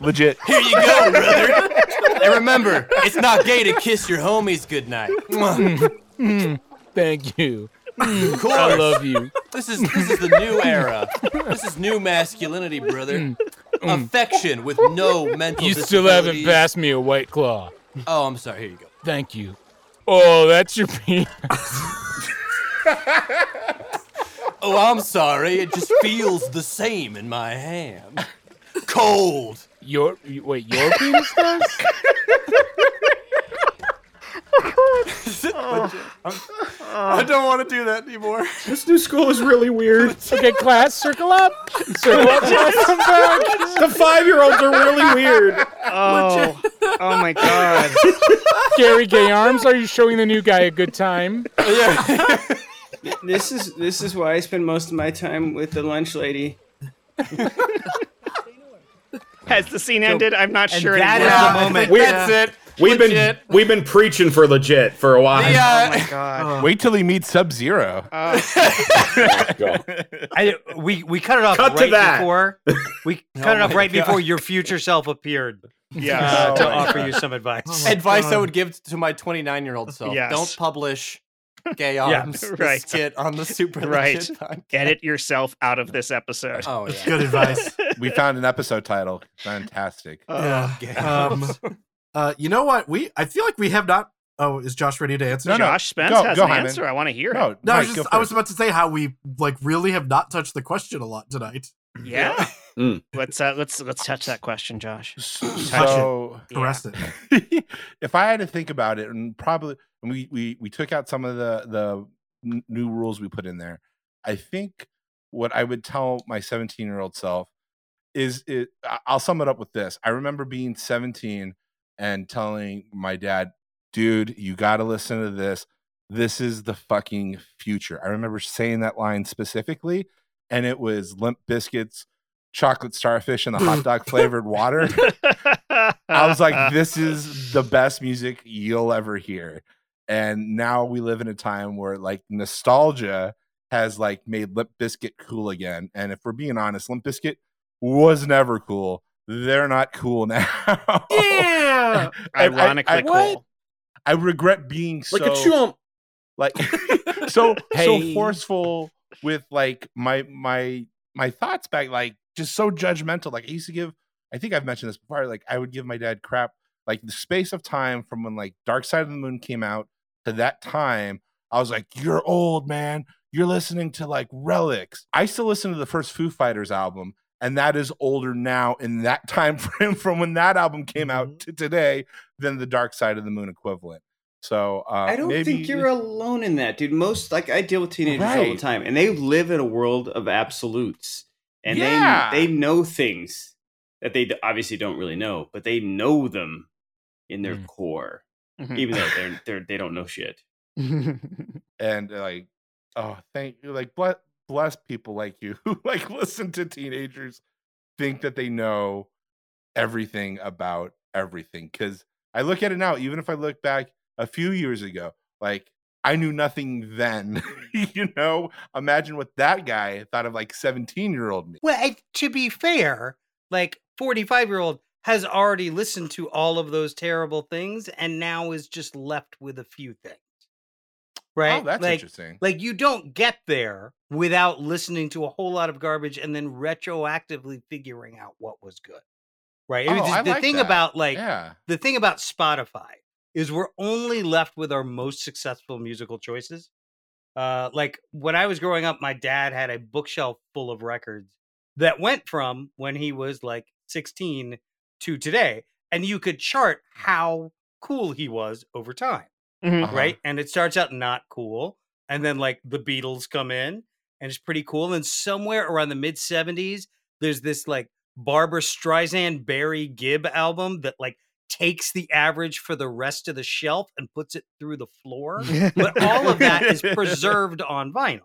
Speaker 3: Legit.
Speaker 2: Here you go, brother. and remember, it's not gay to kiss your homies goodnight. Mwah.
Speaker 4: Mm, Thank you.
Speaker 2: Of course.
Speaker 4: Mm, I love you.
Speaker 2: This is this is the new era. This is new masculinity, brother. Affection with no mental.
Speaker 4: Mm, You still haven't
Speaker 2: disabilities.
Speaker 4: passed me a White Claw.
Speaker 2: Oh, I'm sorry. Here you go.
Speaker 4: Thank you. Oh, that's your penis.
Speaker 2: Oh, I'm sorry. It just feels the same in my hand. Cold.
Speaker 4: Your you- wait, your penis does?
Speaker 2: I don't want to do that anymore.
Speaker 8: This new school is really weird.
Speaker 4: Okay, class, circle up, circle up, class, come back.
Speaker 8: The five year olds are really weird.
Speaker 1: Oh, oh my god.
Speaker 4: Gary Gay Arms, are you showing the new guy a good time?
Speaker 10: This is this is why I spend most of my time with the lunch lady.
Speaker 1: Has the scene ended? I'm not sure.
Speaker 5: that
Speaker 1: anymore.
Speaker 5: is the moment.
Speaker 8: Oh,
Speaker 2: That's it.
Speaker 8: We've been
Speaker 2: Legit.
Speaker 8: we've been preaching for legit for a while.
Speaker 2: The, uh,
Speaker 1: oh my god.
Speaker 3: Wait till he meets Sub Zero.
Speaker 8: Go.
Speaker 5: Uh, I, we we cut it off
Speaker 8: Cut to
Speaker 5: right
Speaker 8: that.
Speaker 5: before we cut it
Speaker 2: my
Speaker 5: off right
Speaker 2: God.
Speaker 5: before your future self appeared
Speaker 1: Yeah.
Speaker 5: uh, to
Speaker 3: my
Speaker 5: offer you some advice.
Speaker 6: Oh my
Speaker 2: Advice I
Speaker 6: God.
Speaker 2: would give to my 29 year old self:
Speaker 1: Yes.
Speaker 2: Don't publish gay arms
Speaker 1: right.
Speaker 2: skit on the Super
Speaker 1: Right.
Speaker 2: Legit podcast.
Speaker 1: Edit yourself out of this episode.
Speaker 2: Oh yeah.
Speaker 6: Good advice.
Speaker 3: We found an episode title. Fantastic.
Speaker 1: Uh,
Speaker 2: Gay
Speaker 6: Um, uh, you know what? We I feel like we have not. Oh, is Josh ready to answer?
Speaker 3: No, no.
Speaker 1: Josh Spence
Speaker 3: Go-
Speaker 1: has
Speaker 3: go,
Speaker 1: an
Speaker 3: Hyman.
Speaker 1: answer. I want to hear it.
Speaker 3: No,
Speaker 6: No, I was
Speaker 3: Mike,
Speaker 6: just
Speaker 3: go
Speaker 6: I was
Speaker 3: first.
Speaker 6: about to say how we like really have not touched the question a lot tonight.
Speaker 1: Yeah.
Speaker 8: Mm.
Speaker 1: Let's uh, let's let's touch that question, Josh.
Speaker 3: So,
Speaker 1: Yeah.
Speaker 6: Caress it.
Speaker 3: if I had to think about it, and probably and we we we took out some of the the n- new rules we put in there. I think what I would tell my 17 year old self is it. I- I'll sum it up with this. I remember being 17 and telling my dad, "Dude, you got to listen to this. This is the fucking future." I remember saying that line specifically, and it was Limp Biscuits, chocolate starfish, and the hot dog flavored water. I was like, this is the best music you'll ever hear. And now we live in a time where like nostalgia has like made Limp Biscuit cool again. And if we're being honest, Limp Biscuit was never cool. They're not cool now.
Speaker 6: Yeah.
Speaker 3: And I-
Speaker 1: Ironically
Speaker 3: I-
Speaker 1: cool.
Speaker 3: I regret being
Speaker 8: Like
Speaker 3: so
Speaker 8: a chump.
Speaker 3: like so so
Speaker 4: Hey.
Speaker 3: forceful with like my my my thoughts back like just so judgmental like i used to give i think i've mentioned this before like i would give my dad crap like the space of time from when like dark side of the moon came out to that time i was like you're old man you're listening to like relics i still listen to the first foo fighters album and that is older now in that time frame from when that album came out to today than the dark side of the moon equivalent so uh,
Speaker 7: I don't think you're alone in that, dude. Most like I deal with teenagers all the
Speaker 3: Right.
Speaker 7: time, and they live in a world of absolutes, and
Speaker 3: Yeah.
Speaker 7: they they know things that they d- obviously don't really know, but they know them in their
Speaker 4: Mm.
Speaker 7: core,
Speaker 1: Mhm.
Speaker 7: even though they're, they're they don't know shit.
Speaker 4: Mm-hmm.
Speaker 3: and uh, like oh thank you like bless, bless people like you who like listen to teenagers think that they know everything about everything because i look at it now even if i look back a few years ago like i knew nothing then you know imagine what that guy thought of like 17 year old me
Speaker 5: Well, I, to be fair, like 45 year old has already listened to all of those terrible things and now is just left with a few things. Right?
Speaker 3: oh that's
Speaker 5: like,
Speaker 3: interesting
Speaker 5: like you don't get there without listening to a whole lot of garbage and then retroactively figuring out what was good. Right? It was
Speaker 3: Oh,
Speaker 5: just-
Speaker 3: I
Speaker 5: the
Speaker 3: like
Speaker 5: thing
Speaker 3: that.
Speaker 5: about like
Speaker 3: yeah
Speaker 5: the thing about Spotify is we're only left with our most successful musical choices. Uh, like when I was growing up, my dad had a bookshelf full of records that went from when he was like 16 to today, and you could chart how cool he was over time,
Speaker 1: Mhm.
Speaker 3: Uh-huh.
Speaker 5: Mm-hmm. right? And it starts out not cool, and then like the Beatles come in, and it's pretty cool. And somewhere around the mid 70s, there's this like Barbara Streisand Barry Gibb album that like takes the average for the rest of the shelf and puts it through the floor. But all of that is preserved on vinyl,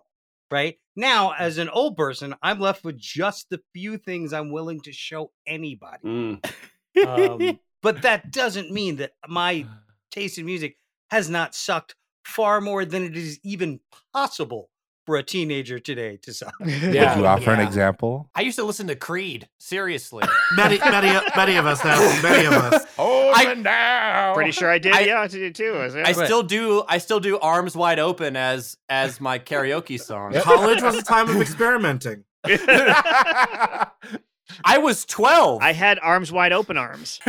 Speaker 5: right? Now, as an old person, I'm left with just the few things I'm willing to show anybody.
Speaker 7: Mm.
Speaker 5: Um, but that doesn't mean that my taste in music has not sucked far more than it is even possible for a teenager today to suck.
Speaker 3: would
Speaker 5: Oh,
Speaker 3: you offer an
Speaker 2: Yeah.
Speaker 3: example
Speaker 2: I used to listen to Creed. Seriously.
Speaker 6: Many, many, many of us have. Many of us.
Speaker 3: oh
Speaker 2: I-
Speaker 3: now
Speaker 1: Pretty sure I did.
Speaker 2: I-
Speaker 1: yeah, I did too. Is it?
Speaker 2: I still do I still do arms wide open as as my karaoke song.
Speaker 6: College was a time of experimenting.
Speaker 2: I was 12.
Speaker 1: I had arms wide open arms.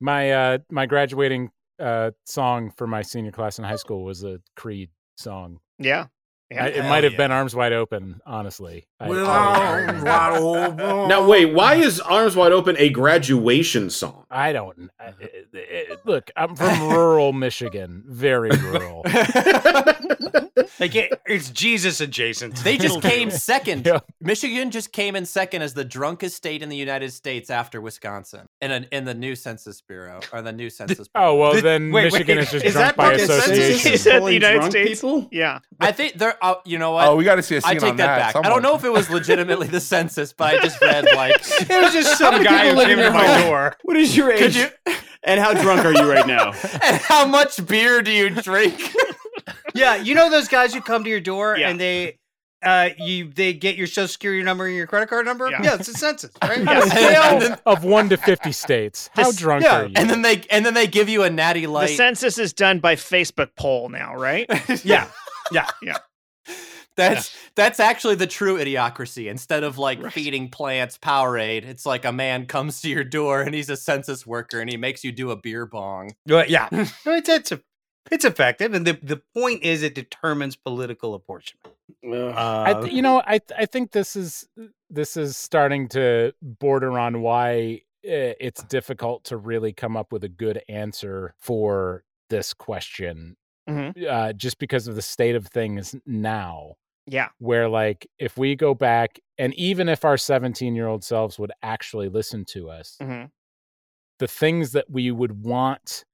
Speaker 4: My uh my graduating uh song for my senior class in high school was a Creed song.
Speaker 1: Yeah. Yeah.
Speaker 4: I, it
Speaker 2: Hell
Speaker 4: might have
Speaker 2: yeah.
Speaker 4: been arms wide open, honestly. I
Speaker 6: With
Speaker 4: totally
Speaker 6: arms
Speaker 4: agree.
Speaker 6: wide open.
Speaker 8: Now wait, why is Arms Wide Open a graduation song?
Speaker 4: I don't I,
Speaker 2: Mm-hmm.
Speaker 4: I- I- look. I'm from rural Michigan, very rural.
Speaker 5: Like it, it's Jesus adjacent.
Speaker 2: they just came second.
Speaker 4: Yeah.
Speaker 2: Michigan just came in second as the drunkest state in the United States after Wisconsin in an, in the new Census Bureau or the new Census Bureau.
Speaker 4: Oh well,
Speaker 5: Th-
Speaker 4: then
Speaker 5: wait,
Speaker 4: Michigan
Speaker 5: wait,
Speaker 4: is just
Speaker 5: is
Speaker 4: drunk
Speaker 5: that
Speaker 4: by
Speaker 5: fucking census?
Speaker 4: association.
Speaker 1: Is that the
Speaker 7: Pulling
Speaker 1: United
Speaker 7: drunk
Speaker 1: States?
Speaker 7: people?
Speaker 1: Yeah.
Speaker 2: I think they're. Uh, you know what?
Speaker 3: oh we got to see a scene
Speaker 2: I take
Speaker 3: on
Speaker 2: that
Speaker 3: that,
Speaker 2: back. I don't
Speaker 3: somewhere.
Speaker 2: know if it was legitimately the census, but I just read like.
Speaker 5: It was just some
Speaker 7: many
Speaker 5: guy
Speaker 7: people
Speaker 5: who
Speaker 7: live
Speaker 5: came
Speaker 7: in
Speaker 5: to
Speaker 7: your
Speaker 5: my
Speaker 7: home?
Speaker 5: door.
Speaker 7: What is your
Speaker 2: Could
Speaker 7: age?
Speaker 2: you?
Speaker 7: And how drunk are you right now?
Speaker 2: And how much beer do you drink?
Speaker 5: Yeah, you know those guys who come to your door
Speaker 1: Yeah.
Speaker 5: and they uh you they get your social security number and your credit card number?
Speaker 1: Yeah.
Speaker 5: Yeah, it's a census, right?
Speaker 1: Yeah.
Speaker 2: And
Speaker 4: Scale
Speaker 2: then-
Speaker 4: of one to fifty states. How
Speaker 1: This-
Speaker 4: drunk
Speaker 5: yeah,
Speaker 4: are you?
Speaker 2: And then they and then they give you a natty
Speaker 1: The
Speaker 2: light.
Speaker 1: census is done by Facebook poll now, right?
Speaker 5: Yeah.
Speaker 2: that's that's actually the true idiocracy. Instead of like feeding plants Powerade, it's like a man comes to your door and he's a census worker and he makes you do a beer bong.
Speaker 5: Well, yeah. No, it's it's a, it's effective and the, the point is it determines political apportionment.
Speaker 7: Ugh.
Speaker 4: I
Speaker 5: Uh,
Speaker 4: th- you know, I th- I think this is this is starting to border on why eh, it's difficult to really come up with a good answer for this question,
Speaker 1: Mhm.
Speaker 4: uh, just because of the state of things now.
Speaker 1: Yeah.
Speaker 4: Where like if we go back, and even if our seventeen year old selves would actually listen to us,
Speaker 1: Mhm.
Speaker 4: the things that we would want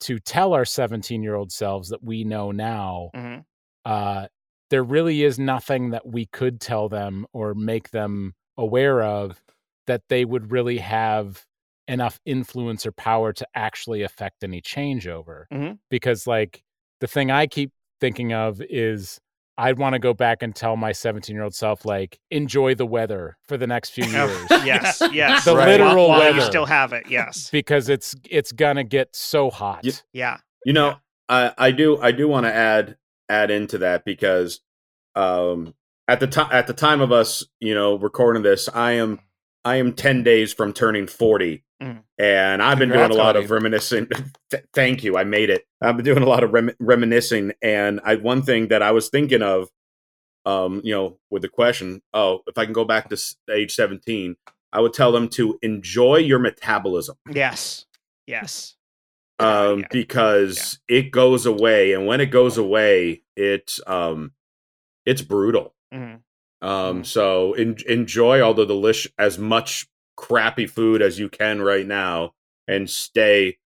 Speaker 4: to tell our seventeen year old selves that we know now
Speaker 1: Mhm.
Speaker 4: uh, there really is nothing that we could tell them or make them aware of that they would really have enough influence or power to actually affect any change over.
Speaker 1: Mhm.
Speaker 4: Because, like, the thing I keep thinking of is I'd want to go back and tell my 17 year old self, like, enjoy the weather for the next few years.
Speaker 1: yes, yes.
Speaker 4: The
Speaker 1: While-
Speaker 4: literal
Speaker 1: while you
Speaker 4: weather.
Speaker 1: still have it. Yes.
Speaker 4: because it's it's gonna get so hot.
Speaker 8: Yeah.
Speaker 1: Yeah.
Speaker 8: You know, I, I do I do want to add add into that because um at the time at the time of us, you know, recording this, I am I am 10 days from turning 40.
Speaker 1: Mm.
Speaker 8: And I've been doing a
Speaker 3: Congrats,
Speaker 8: lot
Speaker 3: buddy.
Speaker 8: of reminiscing. Th- thank you. I made it. I've been doing a lot of rem- reminiscing and I one thing that I was thinking of um, you know, with the question, oh, if I can go back to s- age 17, I would tell them to enjoy your metabolism
Speaker 1: Yes. Yes.
Speaker 8: um
Speaker 1: Yeah.
Speaker 8: because it goes away and when it goes away it's um it's brutal
Speaker 1: Mhm.
Speaker 8: um so en- enjoy all the delish as much crappy food as you can right now and stay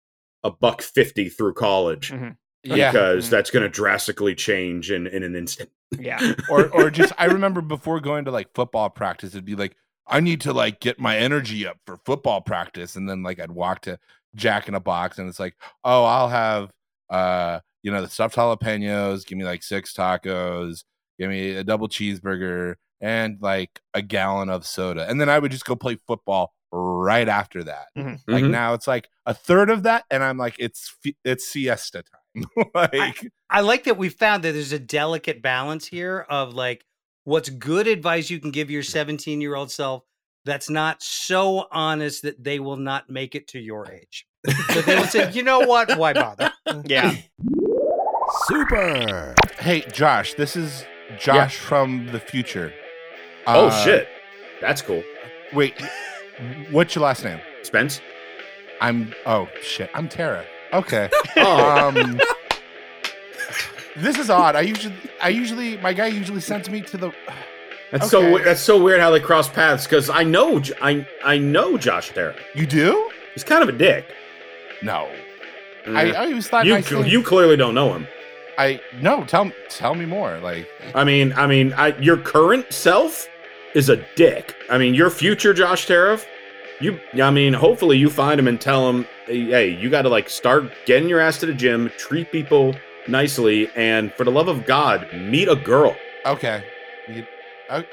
Speaker 8: a buck 50 through college
Speaker 1: Mhm.
Speaker 3: Yeah.
Speaker 8: because
Speaker 1: Mhm.
Speaker 8: that's going to drastically change in in an instant
Speaker 1: Yeah.
Speaker 3: Or or just I remember before going to like football practice, it'd be like, I need to like get my energy up for football practice. And then like I'd walk to Jack in a box and it's like, oh, I'll have uh, you know, the stuffed jalapenos, give me like six tacos, give me a double cheeseburger and like a gallon of soda. And then I would just go play football right after that.
Speaker 1: Mhm.
Speaker 3: Like
Speaker 4: Mm-hmm.
Speaker 8: Mhm.
Speaker 3: now it's like a third of that and I'm like it's fi- it's siesta time. like
Speaker 5: I like that we found that there's a delicate balance here of like what's good advice you can give your 17 year old self that's not so honest that they will not make it to your age. So they will say, you know what? Why bother?
Speaker 1: Yeah.
Speaker 11: Super.
Speaker 3: Hey, Josh, this is Josh from the future.
Speaker 8: oh
Speaker 3: Uh,
Speaker 8: shit that's cool
Speaker 3: Wait, what's your last name?
Speaker 8: spence
Speaker 3: I'm. Oh shit, I'm Tara. Okay.
Speaker 8: oh
Speaker 3: Um, this is odd. I usually, I usually, my guy usually sends me to the.
Speaker 8: that's so
Speaker 3: okay.
Speaker 8: we- that's so weird how they cross paths because i know J- i i know josh Terra.
Speaker 3: You do?
Speaker 8: he's kind of a dick Mm.
Speaker 3: No. I, I always thought
Speaker 8: you
Speaker 3: my son-
Speaker 8: you clearly don't know him.
Speaker 3: I no. Tell tell me more. Like
Speaker 8: I mean, I mean, I, your current self is a dick. I mean, your future Josh Tariff, you. I mean, hopefully you find him and tell him, hey, you got to like start getting your ass to the gym, treat people nicely, and for the love of God, meet a girl.
Speaker 3: okay, you, I,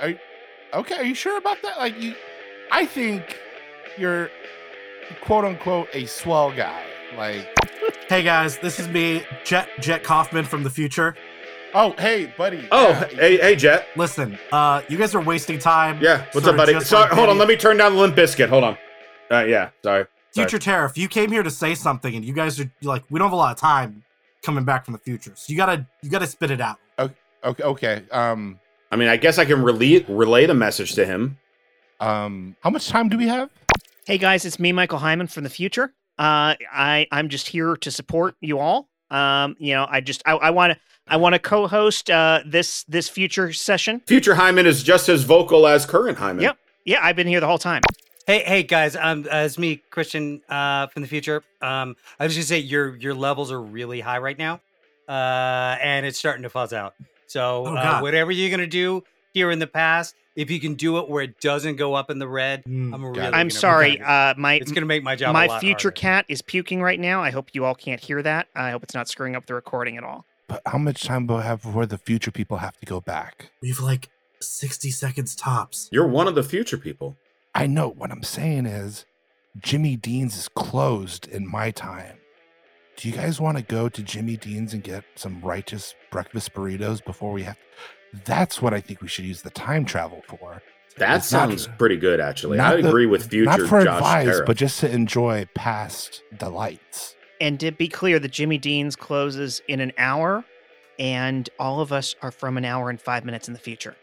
Speaker 3: I, okay. Are you sure about that? Like you, I think you're quote unquote a swell guy. Like.
Speaker 6: Hey guys, this is me, Jet Jet Kaufman from the future.
Speaker 3: Oh, hey, buddy.
Speaker 8: Oh,
Speaker 3: Yeah.
Speaker 8: hey, hey, Jet.
Speaker 6: Listen, uh, you guys are wasting time.
Speaker 8: Yeah, what's
Speaker 6: Sorta
Speaker 8: up, buddy?
Speaker 6: just
Speaker 8: Sorry,
Speaker 6: like
Speaker 8: hold on.
Speaker 6: Eddie.
Speaker 8: Let me turn down the Limp Biscuit. Hold on. Uh, yeah, sorry.
Speaker 6: Future Tariff, you came here to say something, and you guys are like, we don't have a lot of time coming back from the future, so you gotta you gotta spit it out.
Speaker 3: Okay, okay. Um,
Speaker 8: I mean, I guess I can relate relate a message to him.
Speaker 3: um, how much time do we have?
Speaker 1: Hey guys, it's me, Michael Hyman from the future. Uh, I I'm just here to support you all. Um, you know, I just I I want to I want to co-host uh this this future session.
Speaker 8: Future Hyman is just as vocal as current Hyman.
Speaker 1: Yep. Yeah, I've been here the whole time.
Speaker 5: Hey, hey guys, um, uh, it's me, Christian, uh, from the future. Um, I was gonna say your your levels are really high right now, uh, and it's starting to fuzz out. So
Speaker 6: Oh,
Speaker 5: uh,
Speaker 6: God.
Speaker 5: whatever you're gonna do here in the past, if you can do it where it doesn't go up in the red,
Speaker 6: Hmm.
Speaker 5: I'm
Speaker 3: Mm, it.
Speaker 5: really.
Speaker 1: I'm
Speaker 5: gonna be
Speaker 1: sorry.
Speaker 5: proud of
Speaker 1: Uh,
Speaker 5: you.
Speaker 1: my
Speaker 5: it's gonna make my job. a
Speaker 1: my
Speaker 5: lot
Speaker 1: future
Speaker 5: harder.
Speaker 1: cat is puking right now. I hope you all can't hear that. I hope it's not screwing up the recording at all.
Speaker 3: But how much time do we have before the future people have to go back?
Speaker 6: We have like sixty seconds tops.
Speaker 8: You're one of the future people.
Speaker 3: I know what I'm saying is Jimmy Dean's is closed in my time. Do you guys want to go to Jimmy Dean's and get some righteous breakfast burritos before we have? That's what I think we should use the time travel for.
Speaker 8: That
Speaker 3: It's not-
Speaker 8: sounds pretty good, actually.
Speaker 3: not
Speaker 8: I
Speaker 3: the-
Speaker 8: agree with future
Speaker 3: Not for
Speaker 8: Josh
Speaker 3: advice,
Speaker 8: Terra.
Speaker 3: but just to enjoy past delights.
Speaker 1: And to be clear, the Jimmy Dean's closes in an hour, and all of us are from an hour and five minutes in the future.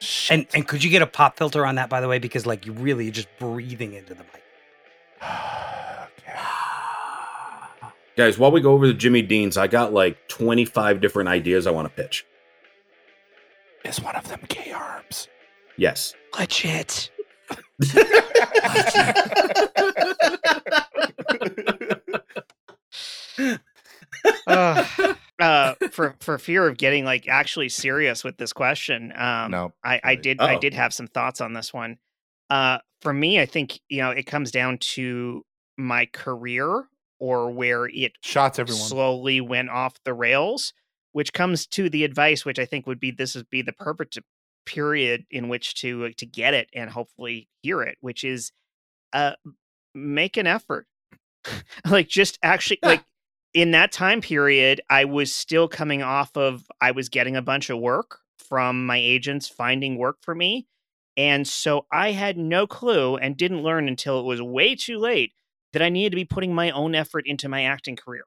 Speaker 3: Shit.
Speaker 5: And and could you get a pop filter on that, by the way? Because like you really are just breathing into the mic.
Speaker 3: okay.
Speaker 8: Guys, while we go over the Jimmy Deans, I got like 25 different ideas I want to pitch.
Speaker 3: Is one of them gay arms?
Speaker 8: Yes.
Speaker 1: Legit. uh, for for fear of getting like actually serious with this question, um,
Speaker 3: no,
Speaker 1: I, I
Speaker 3: Right.
Speaker 1: did I
Speaker 8: Uh-oh.
Speaker 1: did have some thoughts on this one. Uh, for me, I think you know it comes down to my career or where it
Speaker 3: shots everyone.
Speaker 1: slowly went off the rails, which comes to the advice, which I think would be this would be the perfect period in which to uh, to get it and hopefully hear it, which is uh make an effort. like just actually
Speaker 8: Yeah.
Speaker 1: like in that time period, I was still coming off of I was getting a bunch of work from my agents finding work for me. And so I had no clue and didn't learn until it was way too late that I needed to be putting my own effort into my acting career.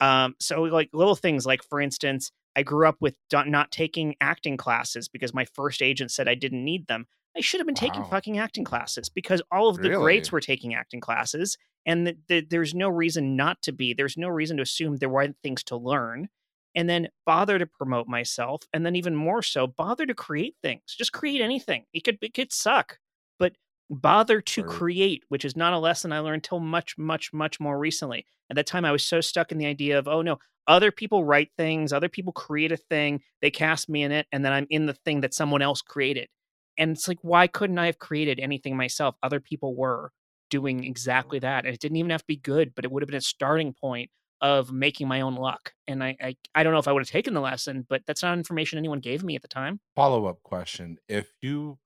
Speaker 1: Um, so like little things like for instance, I grew up with do- not taking acting classes because my first agent said I didn't need them. I should have been taking
Speaker 3: Wow.
Speaker 1: fucking acting classes because all of the
Speaker 3: Really?
Speaker 1: greats were taking acting classes, and th- th- there's no reason not to be. There's no reason to assume there weren't things to learn, and then bother to promote myself, and then even more so, bother to create things. Just create anything. It could it could suck, but bother to
Speaker 3: Word.
Speaker 1: create, which is not a lesson I learned till much, much, much more recently. At that time, I was so stuck in the idea of, oh no, other people write things, other people create a thing, they cast me in it, and then I'm in the thing that someone else created. And it's like, why couldn't I have created anything myself? Other people were doing exactly that. And it didn't even have to be good, but it would have been a starting point of making my own luck. And I, I, I don't know if I would have taken the lesson, but that's not information anyone gave me at the time.
Speaker 3: Follow up question: If you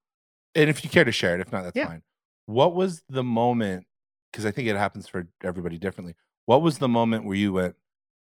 Speaker 3: and if you care to share it, if not, that's
Speaker 1: Yeah.
Speaker 3: fine. What was the moment? Because I think it happens for everybody differently. What was the moment where you went,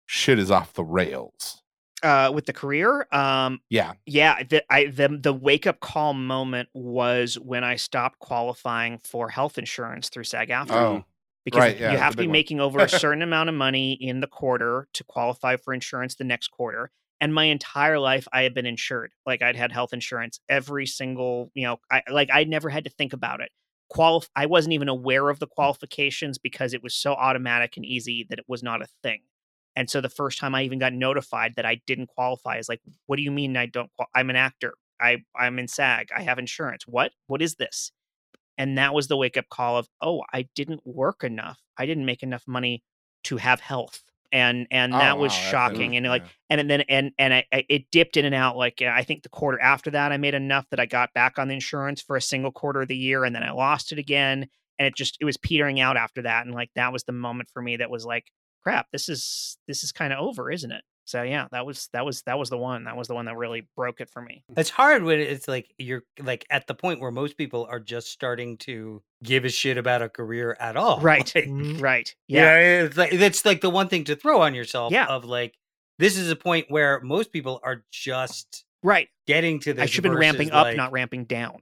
Speaker 3: "Shit is off the rails"?
Speaker 1: Uh, with the career, um,
Speaker 3: Yeah,
Speaker 1: yeah the i the, the wake up call moment was when i stopped qualifying for health insurance through sag after
Speaker 3: Oh,
Speaker 1: because
Speaker 3: right, yeah,
Speaker 1: you
Speaker 3: that's a
Speaker 1: have to be
Speaker 3: big one.
Speaker 1: making over a certain amount of money in the quarter to qualify for insurance the next quarter and my entire life i had been insured like i'd had health insurance every single you know i like i never had to think about it Qualif- i wasn't even aware of the qualifications because it was so automatic and easy that it was not a thing and so the first time i even got notified that i didn't qualify is like what do you mean i don't qual- i'm an actor i i'm in sag i have insurance what what is this and that was the wake up call of oh i didn't work enough i didn't make enough money to have health and and
Speaker 3: Oh,
Speaker 1: that was
Speaker 3: wow, that's a-
Speaker 1: shocking and like
Speaker 3: yeah.
Speaker 1: and then and and I, I it dipped in and out like uh, i think the quarter after that i made enough that i got back on the insurance for a single quarter of the year and then i lost it again and it just it was petering out after that and like that was the moment for me that was like crap this is this is kind of over isn't it so yeah that was that was that was the one that was the one that really broke it for me
Speaker 5: It's hard when it's like you're like at the point where most people are just starting to give a shit about a career at all.
Speaker 1: Right. Mm,
Speaker 5: Like,
Speaker 3: Mm-hmm.
Speaker 1: right yeah
Speaker 5: yeah. it's like that's like the one thing to throw on yourself
Speaker 1: Yeah.
Speaker 5: of like this is a point where most people are just
Speaker 1: right
Speaker 5: getting to this.
Speaker 1: i should have been ramping
Speaker 5: versus,
Speaker 1: up
Speaker 5: like,
Speaker 1: not ramping down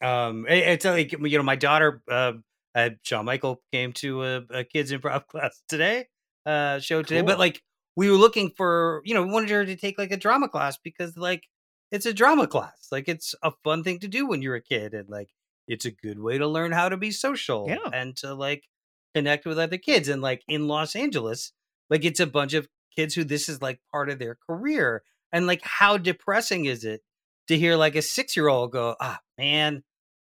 Speaker 5: um it- it's like you know my daughter uh, uh john michael came to a, a kids improv class today uh show today but
Speaker 1: Cool.
Speaker 5: like we were looking for you know we wanted her to take like a drama class because like it's a drama class like it's a fun thing to do when you're a kid and like it's a good way to learn how to be social
Speaker 1: Yeah.
Speaker 5: and to like connect with other kids and like in los angeles like it's a bunch of kids who this is like part of their career and like how depressing is it to hear like a six year old go ah man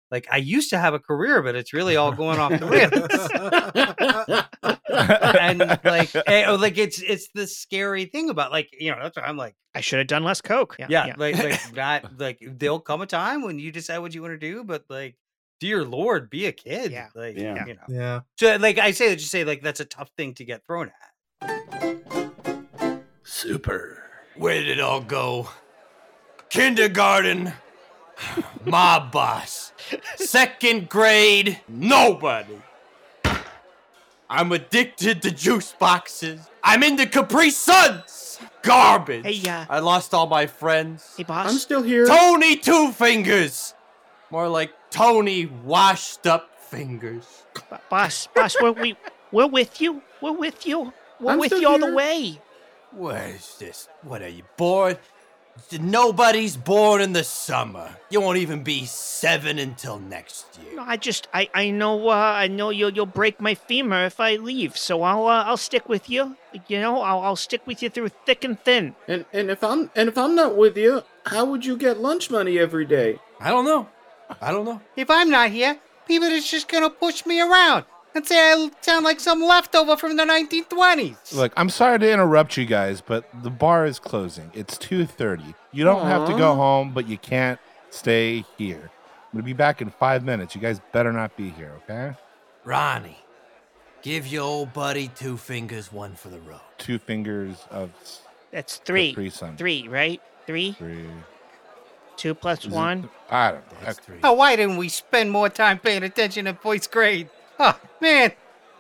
Speaker 5: like i used to have a career but it's really all going off the rails and like eh, oh, like it's it's the scary thing about like you know that's what i'm like
Speaker 1: i should have done less coke
Speaker 5: yeah, like like not like there'll come a time when you decide what you want to do but like dear lord be a kid
Speaker 1: Yeah.
Speaker 5: like
Speaker 10: Yeah.
Speaker 5: you know
Speaker 6: Yeah.
Speaker 5: so like i say that just say like that's a tough thing to get thrown at
Speaker 8: Super.
Speaker 2: Where did it all go? Kindergarten, my boss. Second grade, nobody. I'm addicted to juice boxes. I'm into Capri Suns. Garbage.
Speaker 1: Hey, uh,
Speaker 2: I lost all my friends.
Speaker 1: hey
Speaker 8: I'm
Speaker 1: boss
Speaker 8: still here.
Speaker 2: Tony Two Fingers. More like Tony Washed Up Fingers.
Speaker 1: b- boss boss we're, we, we're with you we're with you we're
Speaker 8: I'm
Speaker 1: with
Speaker 8: still
Speaker 1: you all the
Speaker 8: here.
Speaker 1: way
Speaker 2: What is this? What are you bored? Nobody's born in the summer. You won't even be seven until next year.
Speaker 1: No, I just I I know uh, I know you'll you'll break my femur if I leave, so I'll uh, I'll stick with you. You know I'll I'll stick with you through thick and thin.
Speaker 8: And and if I'm and if I'm not with you, how would you get lunch money every day?
Speaker 2: I don't know. I don't know.
Speaker 5: If I'm not here, people is just gonna push me around. and say I sound like some leftover from the 1920s.
Speaker 3: Look, I'm sorry to interrupt you guys, but the bar is closing. It's 2:30. You don't have to go home, but you can't stay here. I'm gonna be back in five minutes. You guys better not be here, okay?
Speaker 2: Ronnie, give your old buddy two fingers, one for the road.
Speaker 3: Two fingers of s-
Speaker 1: That's three.
Speaker 3: Capri Sun.
Speaker 1: Three, right? Three,
Speaker 3: three.
Speaker 1: two plus one.
Speaker 3: I don't know.
Speaker 2: That's three.
Speaker 5: Oh, why didn't we spend more time paying attention in voice grade? Oh, man,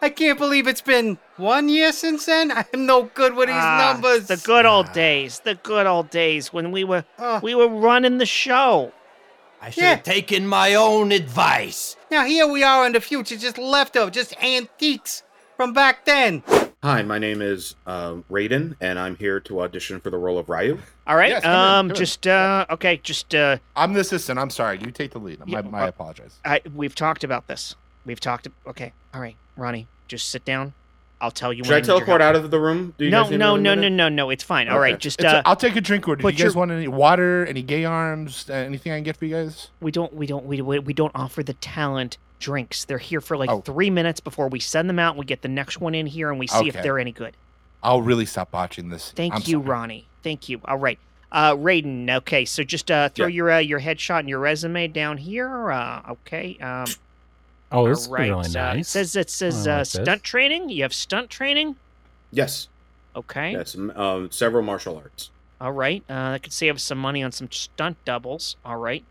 Speaker 5: I can't believe it's been one year since then. I'm no good with these
Speaker 1: Ah,
Speaker 5: numbers.
Speaker 1: The good old days. The good old days when we were
Speaker 5: Ah.
Speaker 1: we were running the show.
Speaker 2: I should have
Speaker 5: Yeah.
Speaker 2: taken my own advice.
Speaker 5: now here we are in the future, just leftover, just antiques from back then.
Speaker 8: Hi, my name is um, Raiden, and I'm here to audition for the role of Ryu.
Speaker 1: All right.
Speaker 3: Yes, come in,
Speaker 1: um.
Speaker 3: come in.
Speaker 1: just uh. Okay. Just uh.
Speaker 3: I'm the assistant. I'm sorry. You take the lead.
Speaker 1: Yeah,
Speaker 3: My, my
Speaker 1: uh,
Speaker 3: apologize.
Speaker 1: I we've talked about this. We've talked. Okay. All right, Ronnie. Just sit down. I'll tell you.
Speaker 8: Should
Speaker 1: when
Speaker 8: I
Speaker 1: need your
Speaker 8: teleport
Speaker 1: help.
Speaker 8: out of the room? Do you
Speaker 1: No,
Speaker 8: guys need
Speaker 1: no,
Speaker 8: another
Speaker 1: no, no,
Speaker 8: minute?
Speaker 1: no, no. It's fine. All
Speaker 8: Okay.
Speaker 1: right. Just
Speaker 3: It's-
Speaker 1: uh.
Speaker 3: I'll take a drink. Or do you
Speaker 1: put
Speaker 3: guys
Speaker 1: your-
Speaker 3: want any water? Any gay arms? uh, Anything I can get for you guys?
Speaker 1: We don't. We don't. We we we don't offer the talent drinks. They're here for like
Speaker 3: Oh.
Speaker 1: three minutes before we send them out. We get the next one in here and we see if
Speaker 3: Okay.
Speaker 1: they're any good.
Speaker 3: I'll really stop watching this.
Speaker 1: Thank
Speaker 3: I'm
Speaker 1: you,
Speaker 3: sorry.
Speaker 1: Ronnie. Thank you. All right. Uh, Raiden. Okay, so just uh, throw
Speaker 8: Yeah.
Speaker 1: your uh, your headshot and your resume down here. Uh, okay. Um,
Speaker 4: Oh, this is
Speaker 1: all right.
Speaker 4: really
Speaker 1: uh, it
Speaker 4: nice.
Speaker 1: says it says
Speaker 4: I
Speaker 1: uh,
Speaker 4: like this.
Speaker 1: stunt training. You have stunt training.
Speaker 8: Yes,
Speaker 1: Okay.
Speaker 8: yes. m- Um, several martial arts.
Speaker 1: All right. Uh, that could save us some money on some stunt doubles. All right.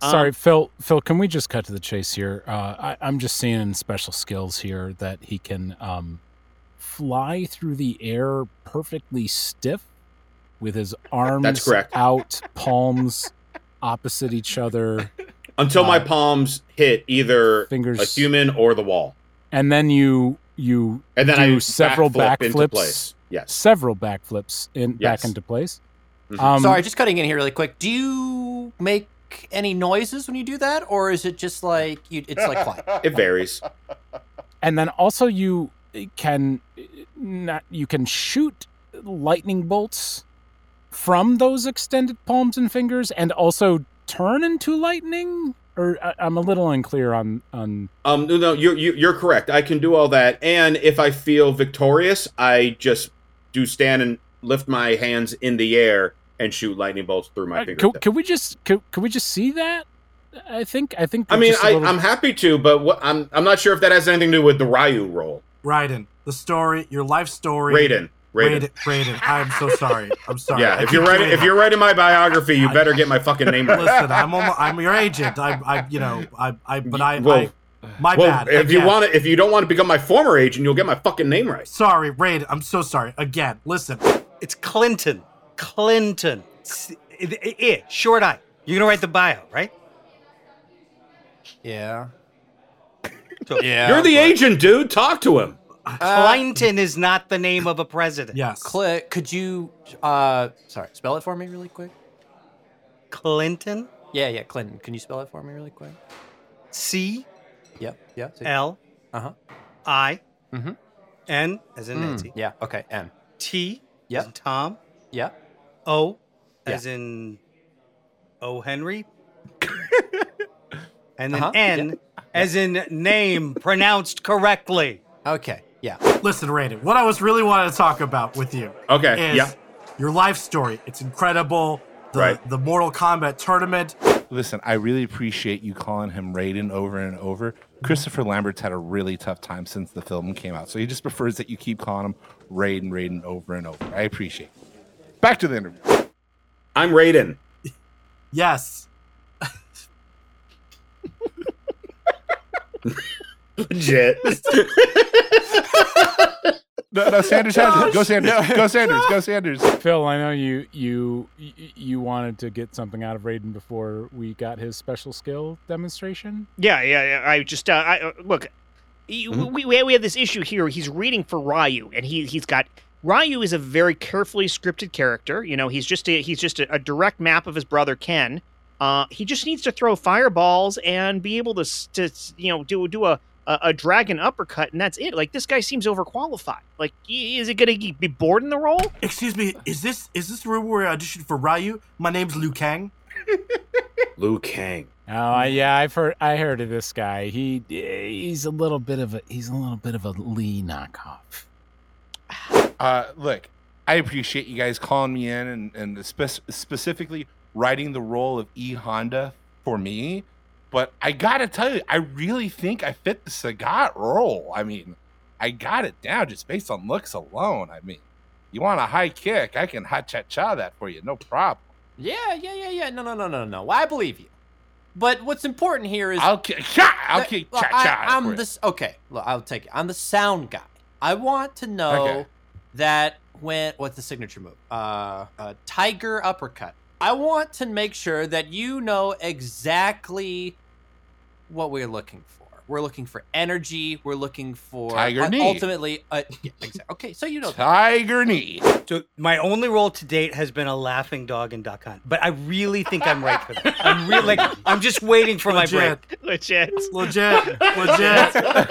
Speaker 1: Um,
Speaker 4: Sorry, Phil. Phil, can we just cut to the chase here? Uh, I, I'm just seeing special skills here that he can um, fly through the air perfectly stiff with his arms
Speaker 8: correct.
Speaker 4: out, palms opposite each other,
Speaker 8: Until my
Speaker 4: Uh,
Speaker 8: palms hit either
Speaker 4: fingers,
Speaker 8: a human or the wall,
Speaker 4: and then you you
Speaker 8: and then
Speaker 4: Do
Speaker 8: I
Speaker 4: several
Speaker 8: backflip into
Speaker 4: backflips?
Speaker 8: place. Yes.
Speaker 4: several backflips in
Speaker 8: Yes.
Speaker 4: back into place.
Speaker 8: Mhm.
Speaker 4: Um,
Speaker 2: Sorry, just cutting in here really quick. Do you make any noises when you do that, or is it just like you? It's like quiet.
Speaker 8: It varies.
Speaker 4: and then also you can not you can shoot lightning bolts from those extended palms and fingers and also turn into lightning or I- i'm a little unclear on on
Speaker 8: Um, no, no, you're you- you're correct. I can do all that, and if I feel victorious, I just do stand and lift my hands in the air and shoot lightning bolts through my
Speaker 4: Uh,
Speaker 8: fingers.
Speaker 4: could, could we just could, could we just see that i think i think
Speaker 8: I mean,
Speaker 4: just a
Speaker 8: I,
Speaker 4: little-
Speaker 8: I'm happy to, but what, I'm I'm not sure if that has anything to do with the Ryu role.
Speaker 6: Raiden, the story, your life story.
Speaker 8: Raiden, Raiden.
Speaker 6: Raiden. Raiden, I'm so sorry. I'm sorry.
Speaker 8: Yeah,
Speaker 6: I
Speaker 8: if you're
Speaker 6: keep
Speaker 8: writing
Speaker 6: doing
Speaker 8: if
Speaker 6: that.
Speaker 8: you're writing my biography, you
Speaker 6: I-
Speaker 8: better get my fucking name right.
Speaker 6: listen, I'm almost, I'm your agent. I, I, you know, I, I, but I,
Speaker 8: Well,
Speaker 6: I my
Speaker 8: well,
Speaker 6: bad.
Speaker 8: if you
Speaker 6: Again.
Speaker 8: want to, if you don't want to become my former agent, you'll get my fucking name right.
Speaker 6: sorry, Raiden. I'm so sorry. Again, listen.
Speaker 5: It's Clinton. Clinton. S- i- i- i- short eye. You're gonna write the bio, right?
Speaker 2: Yeah.
Speaker 5: So-
Speaker 2: yeah.
Speaker 8: you're the
Speaker 2: but-
Speaker 8: agent, dude. Talk to him.
Speaker 2: Uh,
Speaker 5: Clinton is not the name of a president.
Speaker 6: Yes.
Speaker 2: Click. Could you? Uh, sorry. Spell it for me really quick.
Speaker 5: Clinton.
Speaker 2: Yeah, yeah. Clinton, can you spell it for me really quick?
Speaker 5: C
Speaker 2: Yep. Yeah. so-
Speaker 5: L
Speaker 2: Uh-huh.
Speaker 5: I
Speaker 2: Mhm.
Speaker 5: N as in
Speaker 2: Mm,
Speaker 5: Nancy.
Speaker 2: yeah. Okay. M.
Speaker 5: T as in
Speaker 2: Yep.
Speaker 5: Tom.
Speaker 2: Yeah.
Speaker 5: O as in O Henry. and then
Speaker 2: Uh-huh, yeah.
Speaker 5: N as in name pronounced correctly.
Speaker 2: Okay. Yeah.
Speaker 6: Listen, Raiden. What I was really wanting to talk about with you
Speaker 8: Okay.
Speaker 6: is
Speaker 8: Yeah.
Speaker 6: your life story. It's incredible. The,
Speaker 8: Right.
Speaker 6: the Mortal Kombat tournament.
Speaker 3: Listen, I really appreciate you calling him Raiden over and over.
Speaker 6: Mm-hmm.
Speaker 3: Christopher Lambert's had a really tough time since the film came out, so he just prefers that you keep calling him Raiden, Raiden over and over. I appreciate. It. Back to the interview.
Speaker 8: I'm Raiden.
Speaker 6: Yes.
Speaker 8: Legit.
Speaker 3: No, no, Sanders has it. Go Sanders. Go Sanders. Go Sanders.
Speaker 4: phil i know you you y- you wanted to get something out of raiden before we got his special skill demonstration
Speaker 1: Yeah, yeah, yeah. I just uh, I uh, look. You,
Speaker 8: Mhm.
Speaker 1: we, we we have this issue here. He's reading for Ryu, and he he's got Ryu is a very carefully scripted character. You know, he's just a, he's just a, a direct map of his brother Ken. Uh, he just needs to throw fireballs and be able to s- to s- you know do do a a, a dragon uppercut, and that's it. Like this guy seems overqualified. Like i- is it going to be bored in the role?
Speaker 6: Excuse me. Is this is this the room where I auditioned for Ryu? My name's Liu Kang.
Speaker 8: Liu Kang.
Speaker 4: Oh yeah, I've heard. I heard of this guy. He he's a little bit of a he's a little bit of a Lee knockoff.
Speaker 3: Uh, look, I appreciate you guys calling me in and, and spe- specifically writing the role of E Honda for me. But I gotta tell you, I really think I fit the Sagat role. I mean, I got it down just based on looks alone. I mean, you want a high kick? I can hot cha cha that for you, no problem.
Speaker 2: Yeah, yeah, yeah, yeah. No, no, no, no, no. Well, I believe you. But what's important here is
Speaker 3: I'll kick, cha, I'll
Speaker 2: that-
Speaker 3: kick
Speaker 2: look,
Speaker 3: cha
Speaker 2: I,
Speaker 3: cha.
Speaker 2: I'm this okay. Look, I'll take it. I'm the sound guy. I want to know
Speaker 3: Okay.
Speaker 2: that when what's the signature move? Uh, uh, tiger uppercut. I want to make sure that you know exactly what we're looking for. We're looking for energy. We're looking for
Speaker 3: Tiger
Speaker 2: uh,
Speaker 3: knee.
Speaker 2: Ultimately, uh, yeah, exactly. Okay, so you know that.
Speaker 3: Tiger knee.
Speaker 5: So my only role to date has been a laughing dog in Duck Hunt, but I really think I'm right for that. I'm really like I'm just waiting for my break.
Speaker 6: Legit,
Speaker 1: Legit.
Speaker 6: legit, legit,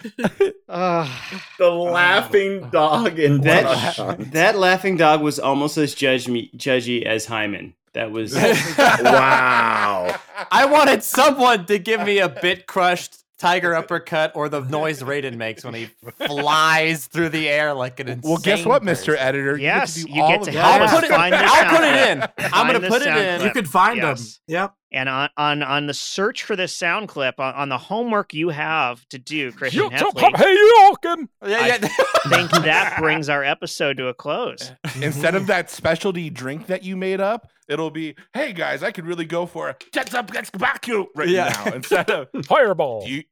Speaker 6: legit.
Speaker 1: Ugh.
Speaker 8: The laughing dog in
Speaker 10: That-
Speaker 8: Duck
Speaker 10: That laughing dog was almost as judge me, judgy as Hyman. That was
Speaker 8: Hunt. wow.
Speaker 2: I wanted someone to give me a bit crushed tiger uppercut or the noise Raiden makes when he flies through the air like an insane.
Speaker 3: Well, guess what,
Speaker 2: person.
Speaker 3: Mister Editor?
Speaker 1: Yes, you
Speaker 3: all
Speaker 1: get
Speaker 3: of
Speaker 1: to
Speaker 3: that.
Speaker 1: help
Speaker 2: I'll
Speaker 1: us
Speaker 2: put it.
Speaker 1: find this
Speaker 2: I'll put
Speaker 1: sound
Speaker 2: it in. I'm
Speaker 1: Find
Speaker 2: gonna
Speaker 1: this
Speaker 2: put it
Speaker 1: sound
Speaker 2: in.
Speaker 6: You
Speaker 1: clip.
Speaker 6: could find
Speaker 1: Yes.
Speaker 6: them. Yep.
Speaker 1: And on, on on the search for this sound clip, on, on the homework you have to do, Christian Heffley,
Speaker 4: hey, you Alkin.
Speaker 2: Yeah, yeah.
Speaker 1: I think that brings our episode to a close.
Speaker 3: Instead of that specialty drink that you made up, it'll be, "Hey guys, I could really go for a get up, get back you right
Speaker 2: Yeah.
Speaker 3: now." Instead of
Speaker 4: Fireball.
Speaker 3: you,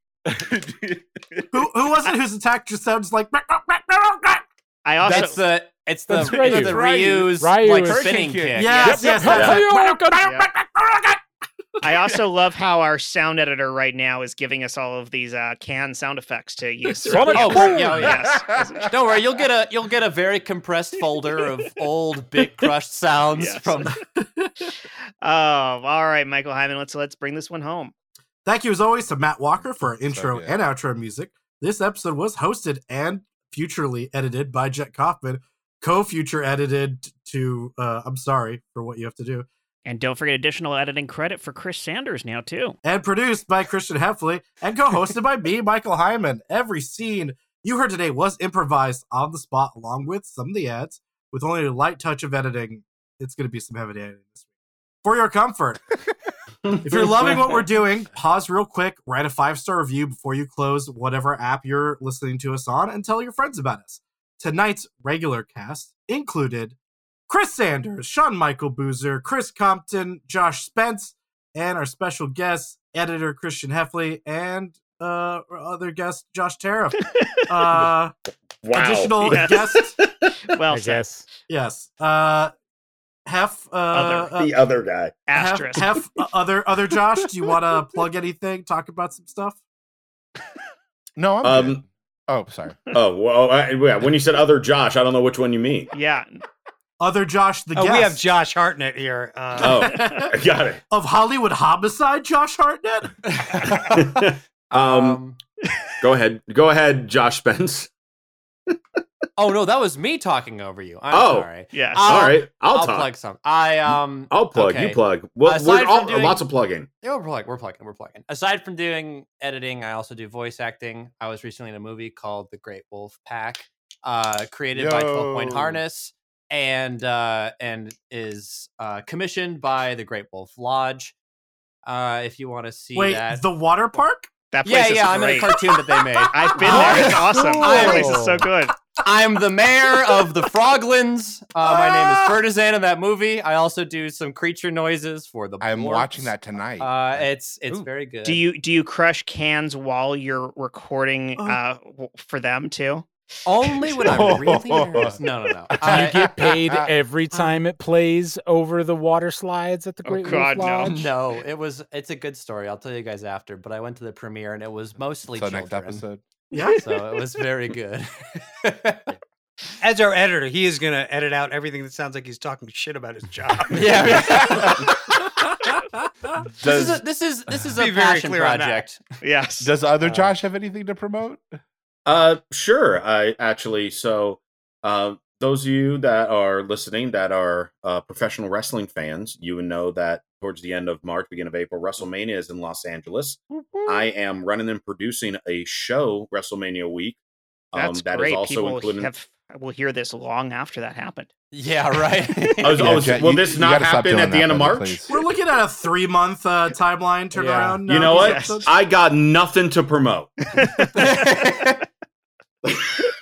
Speaker 6: Who who was it whose attack just sounds like
Speaker 1: I also
Speaker 2: that's the. It's the,
Speaker 4: That's
Speaker 2: it's
Speaker 4: Ryu.
Speaker 2: the
Speaker 3: Ryu.
Speaker 2: Ryu's
Speaker 4: Ryu
Speaker 2: like
Speaker 4: is-
Speaker 2: spinning
Speaker 3: Hurricane
Speaker 2: kick.
Speaker 3: kick.
Speaker 4: Yep,
Speaker 6: Yes, yes,
Speaker 4: yep,
Speaker 6: that's
Speaker 4: hey,
Speaker 6: it.
Speaker 4: you Alkin.
Speaker 1: I also love how our sound editor right now is giving us all of these uh, can sound effects to use. throughout
Speaker 4: Sonic
Speaker 1: the
Speaker 2: Oh,
Speaker 1: episode.
Speaker 2: yeah, oh,
Speaker 1: yes.
Speaker 2: Don't worry, you'll get a you'll get a very compressed folder of old big crushed sounds
Speaker 1: Yes.
Speaker 2: from
Speaker 1: Oh, all right, Michael Hyman. Let's let's bring this one home.
Speaker 6: Thank you, as always, to Matt Walker for our intro
Speaker 3: good.
Speaker 6: and outro music. This episode was hosted and futurely edited by Jet Kaufman, co-future edited to. Uh, I'm sorry for what you have to do,
Speaker 1: And don't forget additional editing credit for Chris Sanders now too.
Speaker 6: and produced by Christian Heffley and co-hosted by me, Michael Hyman. Every scene you heard today was improvised on the spot, along with some of the ads, with only a light touch of editing. It's going to be some heavy editing this week for your comfort. If you're loving what we're doing, pause real quick, write a five star review before you close whatever app you're listening to us on, and tell your friends about us. Tonight's regular cast included Chris Sanders, Sean Michael Boozer, Chris Compton, Josh Spence, and our special guest, editor Christian Heffley, and uh, our other guest, Josh Tariff. Uh,
Speaker 8: Wow.
Speaker 6: Additional
Speaker 1: Yes.
Speaker 6: guest,
Speaker 1: Well,
Speaker 4: I guess.
Speaker 6: yes. Uh, Heff, uh,
Speaker 1: Other.
Speaker 6: uh,
Speaker 8: the other guy.
Speaker 6: Hef,
Speaker 1: asterisk.
Speaker 6: Hef, uh, other other Josh, do you want to plug anything? Talk about some stuff.
Speaker 3: no, I'm
Speaker 8: Um,
Speaker 3: good. Oh, sorry.
Speaker 8: Oh well, I, yeah. When you said other Josh, I don't know which one you mean.
Speaker 1: yeah.
Speaker 6: Other Josh, the
Speaker 5: Oh,
Speaker 6: guest
Speaker 5: we have Josh Hartnett here. Uh,
Speaker 8: Oh, I got it.
Speaker 6: of Hollywood Homicide, Josh Hartnett.
Speaker 8: um, go ahead, go ahead, Josh Spence.
Speaker 2: Oh no, that was me talking over you. I'm
Speaker 8: Oh.
Speaker 2: sorry. Um,
Speaker 1: Yes.
Speaker 2: I'll-
Speaker 8: All right, I'll, talk.
Speaker 2: plug some. I um.
Speaker 8: I'll plug.
Speaker 2: okay.
Speaker 8: You plug. Well,
Speaker 2: Aside
Speaker 8: we're
Speaker 2: from
Speaker 8: all,
Speaker 2: doing-
Speaker 8: lots of plugging.
Speaker 2: Yeah, we're plugging. We're plugging. We're plugging. Aside from doing editing, I also do voice acting. I was recently in a movie called The Great Wolf Pack, uh, created by Twelve Point
Speaker 3: Yo.
Speaker 2: Harness, and uh, and is uh, commissioned by the Great Wolf Lodge. Uh, if you want to see
Speaker 6: Wait,
Speaker 2: that,
Speaker 6: the water park?
Speaker 1: That place
Speaker 2: yeah,
Speaker 1: is
Speaker 2: yeah, I'm in
Speaker 1: great.
Speaker 2: a cartoon that they made.
Speaker 1: I've been there. It's
Speaker 2: Oh,
Speaker 1: awesome. That place is so
Speaker 4: cool.
Speaker 1: good.
Speaker 2: I'm the mayor of the Froglands. Uh, my name is Ferdinand in that movie. I also do some creature noises for the.
Speaker 3: I'm
Speaker 2: blorps.
Speaker 3: watching that tonight.
Speaker 2: Uh, it's it's very good.
Speaker 1: Do you do you crush cans while you're recording
Speaker 6: Oh.
Speaker 1: uh, w- for them too? Um,
Speaker 2: only when I'm really nervous? No, no, no.
Speaker 4: Do you
Speaker 2: I-
Speaker 4: get paid every time it plays over the water slides at the
Speaker 1: Oh,
Speaker 4: Great
Speaker 1: God, no.
Speaker 4: Wolf Lodge?
Speaker 2: no, it was. It's a good story. I'll tell you guys after. But I went to the premiere and it was mostly
Speaker 3: so
Speaker 2: children.
Speaker 3: next episode.
Speaker 6: Yeah.
Speaker 2: So it was very good.
Speaker 5: as our editor, he is gonna edit out everything that sounds like he's talking shit about his job.
Speaker 2: yeah. this
Speaker 3: Does
Speaker 2: is a, this is this is
Speaker 5: Be
Speaker 2: a
Speaker 5: very
Speaker 2: passion
Speaker 5: clear on that.
Speaker 2: project.
Speaker 1: Yes.
Speaker 3: does
Speaker 2: uh,
Speaker 3: other Josh have anything to promote?
Speaker 8: Uh, sure. I actually so uh, those of you that are listening that are uh, professional wrestling fans, you would know that towards the end of March, beginning of April.
Speaker 1: Mm-hmm.
Speaker 8: WrestleMania is in Los Angeles. I am running and producing a show WrestleMania week. um,
Speaker 1: That's
Speaker 8: that is
Speaker 1: great.
Speaker 8: also
Speaker 1: People
Speaker 8: including.
Speaker 1: have will hear this long after that happened.
Speaker 2: Yeah, right.
Speaker 8: I was,
Speaker 3: Yeah,
Speaker 8: I was,
Speaker 3: Jet,
Speaker 8: will
Speaker 3: you-
Speaker 8: this
Speaker 3: you
Speaker 8: not
Speaker 3: gotta stop
Speaker 8: happen
Speaker 3: doing
Speaker 8: at the
Speaker 3: that,
Speaker 8: end of
Speaker 3: brother,
Speaker 8: March?
Speaker 3: please.
Speaker 6: We're looking at a three month uh, timeline turnaround.
Speaker 8: You know
Speaker 6: now,
Speaker 8: what?
Speaker 6: these episodes.
Speaker 8: I got nothing to promote.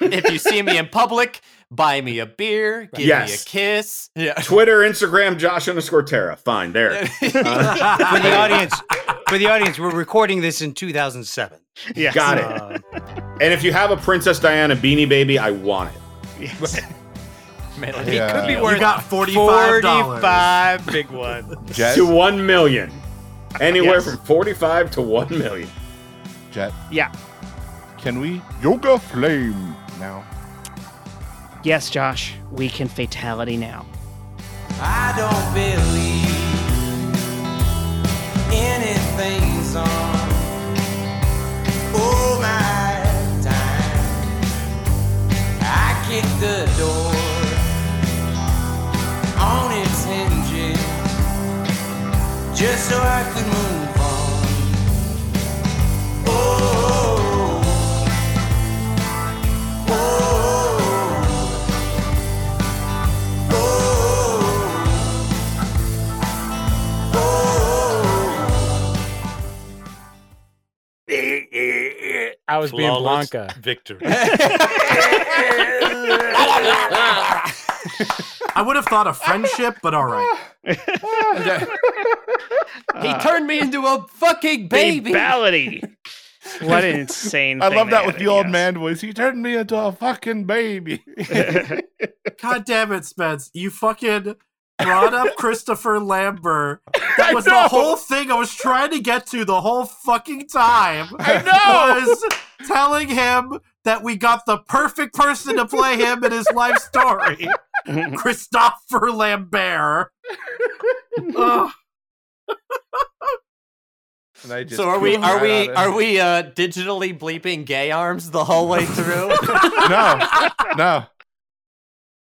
Speaker 2: if you see me in public, buy me a beer, give me a
Speaker 8: Yes.
Speaker 2: kiss. Yeah.
Speaker 8: Twitter, Instagram, Josh underscore Terra. Fine, there.
Speaker 5: for the audience, for the audience, we're recording this in 2007.
Speaker 1: Yes.
Speaker 8: Got it.
Speaker 5: Uh,
Speaker 8: And if you have a Princess Diana beanie baby, I want it.
Speaker 1: Yes.
Speaker 2: Man,
Speaker 3: Yeah.
Speaker 5: Could be
Speaker 3: You
Speaker 5: worth
Speaker 6: you got forty five dollars.
Speaker 5: forty-five big one.
Speaker 3: Jet,
Speaker 8: To one million. Anywhere
Speaker 1: Yes.
Speaker 8: from forty-five to one million.
Speaker 3: Jet.
Speaker 1: Yeah.
Speaker 3: Can we yoga flame now?
Speaker 1: Yes, Josh, we can fatality now.
Speaker 11: I don't believe anything's on all my time. I kick the door on its hinges just so I could move on. Oh, oh, oh.
Speaker 4: I was being
Speaker 12: Flawless
Speaker 4: Blanca.
Speaker 12: Victor.
Speaker 6: I would have thought of friendship, but all right.
Speaker 2: he turned me into a fucking baby.
Speaker 1: Fatality. What an insane!
Speaker 3: I
Speaker 1: thing
Speaker 3: love
Speaker 1: they
Speaker 3: that with
Speaker 1: added,
Speaker 3: the old
Speaker 1: yes.
Speaker 3: man voice. He turned me into a fucking baby.
Speaker 6: God damn it, Spence! You fucking brought up Christopher Lambert. That was the
Speaker 3: know.
Speaker 6: whole thing I was trying to get to the whole fucking time.
Speaker 3: I know.
Speaker 6: was telling him that we got the perfect person to play him in his life story Christopher Lambert. Ugh.
Speaker 3: And I just
Speaker 2: So are we
Speaker 3: pooped
Speaker 2: are
Speaker 3: right
Speaker 2: we
Speaker 3: on it.
Speaker 2: are we uh digitally bleeping gay arms the whole way through?
Speaker 3: No, no.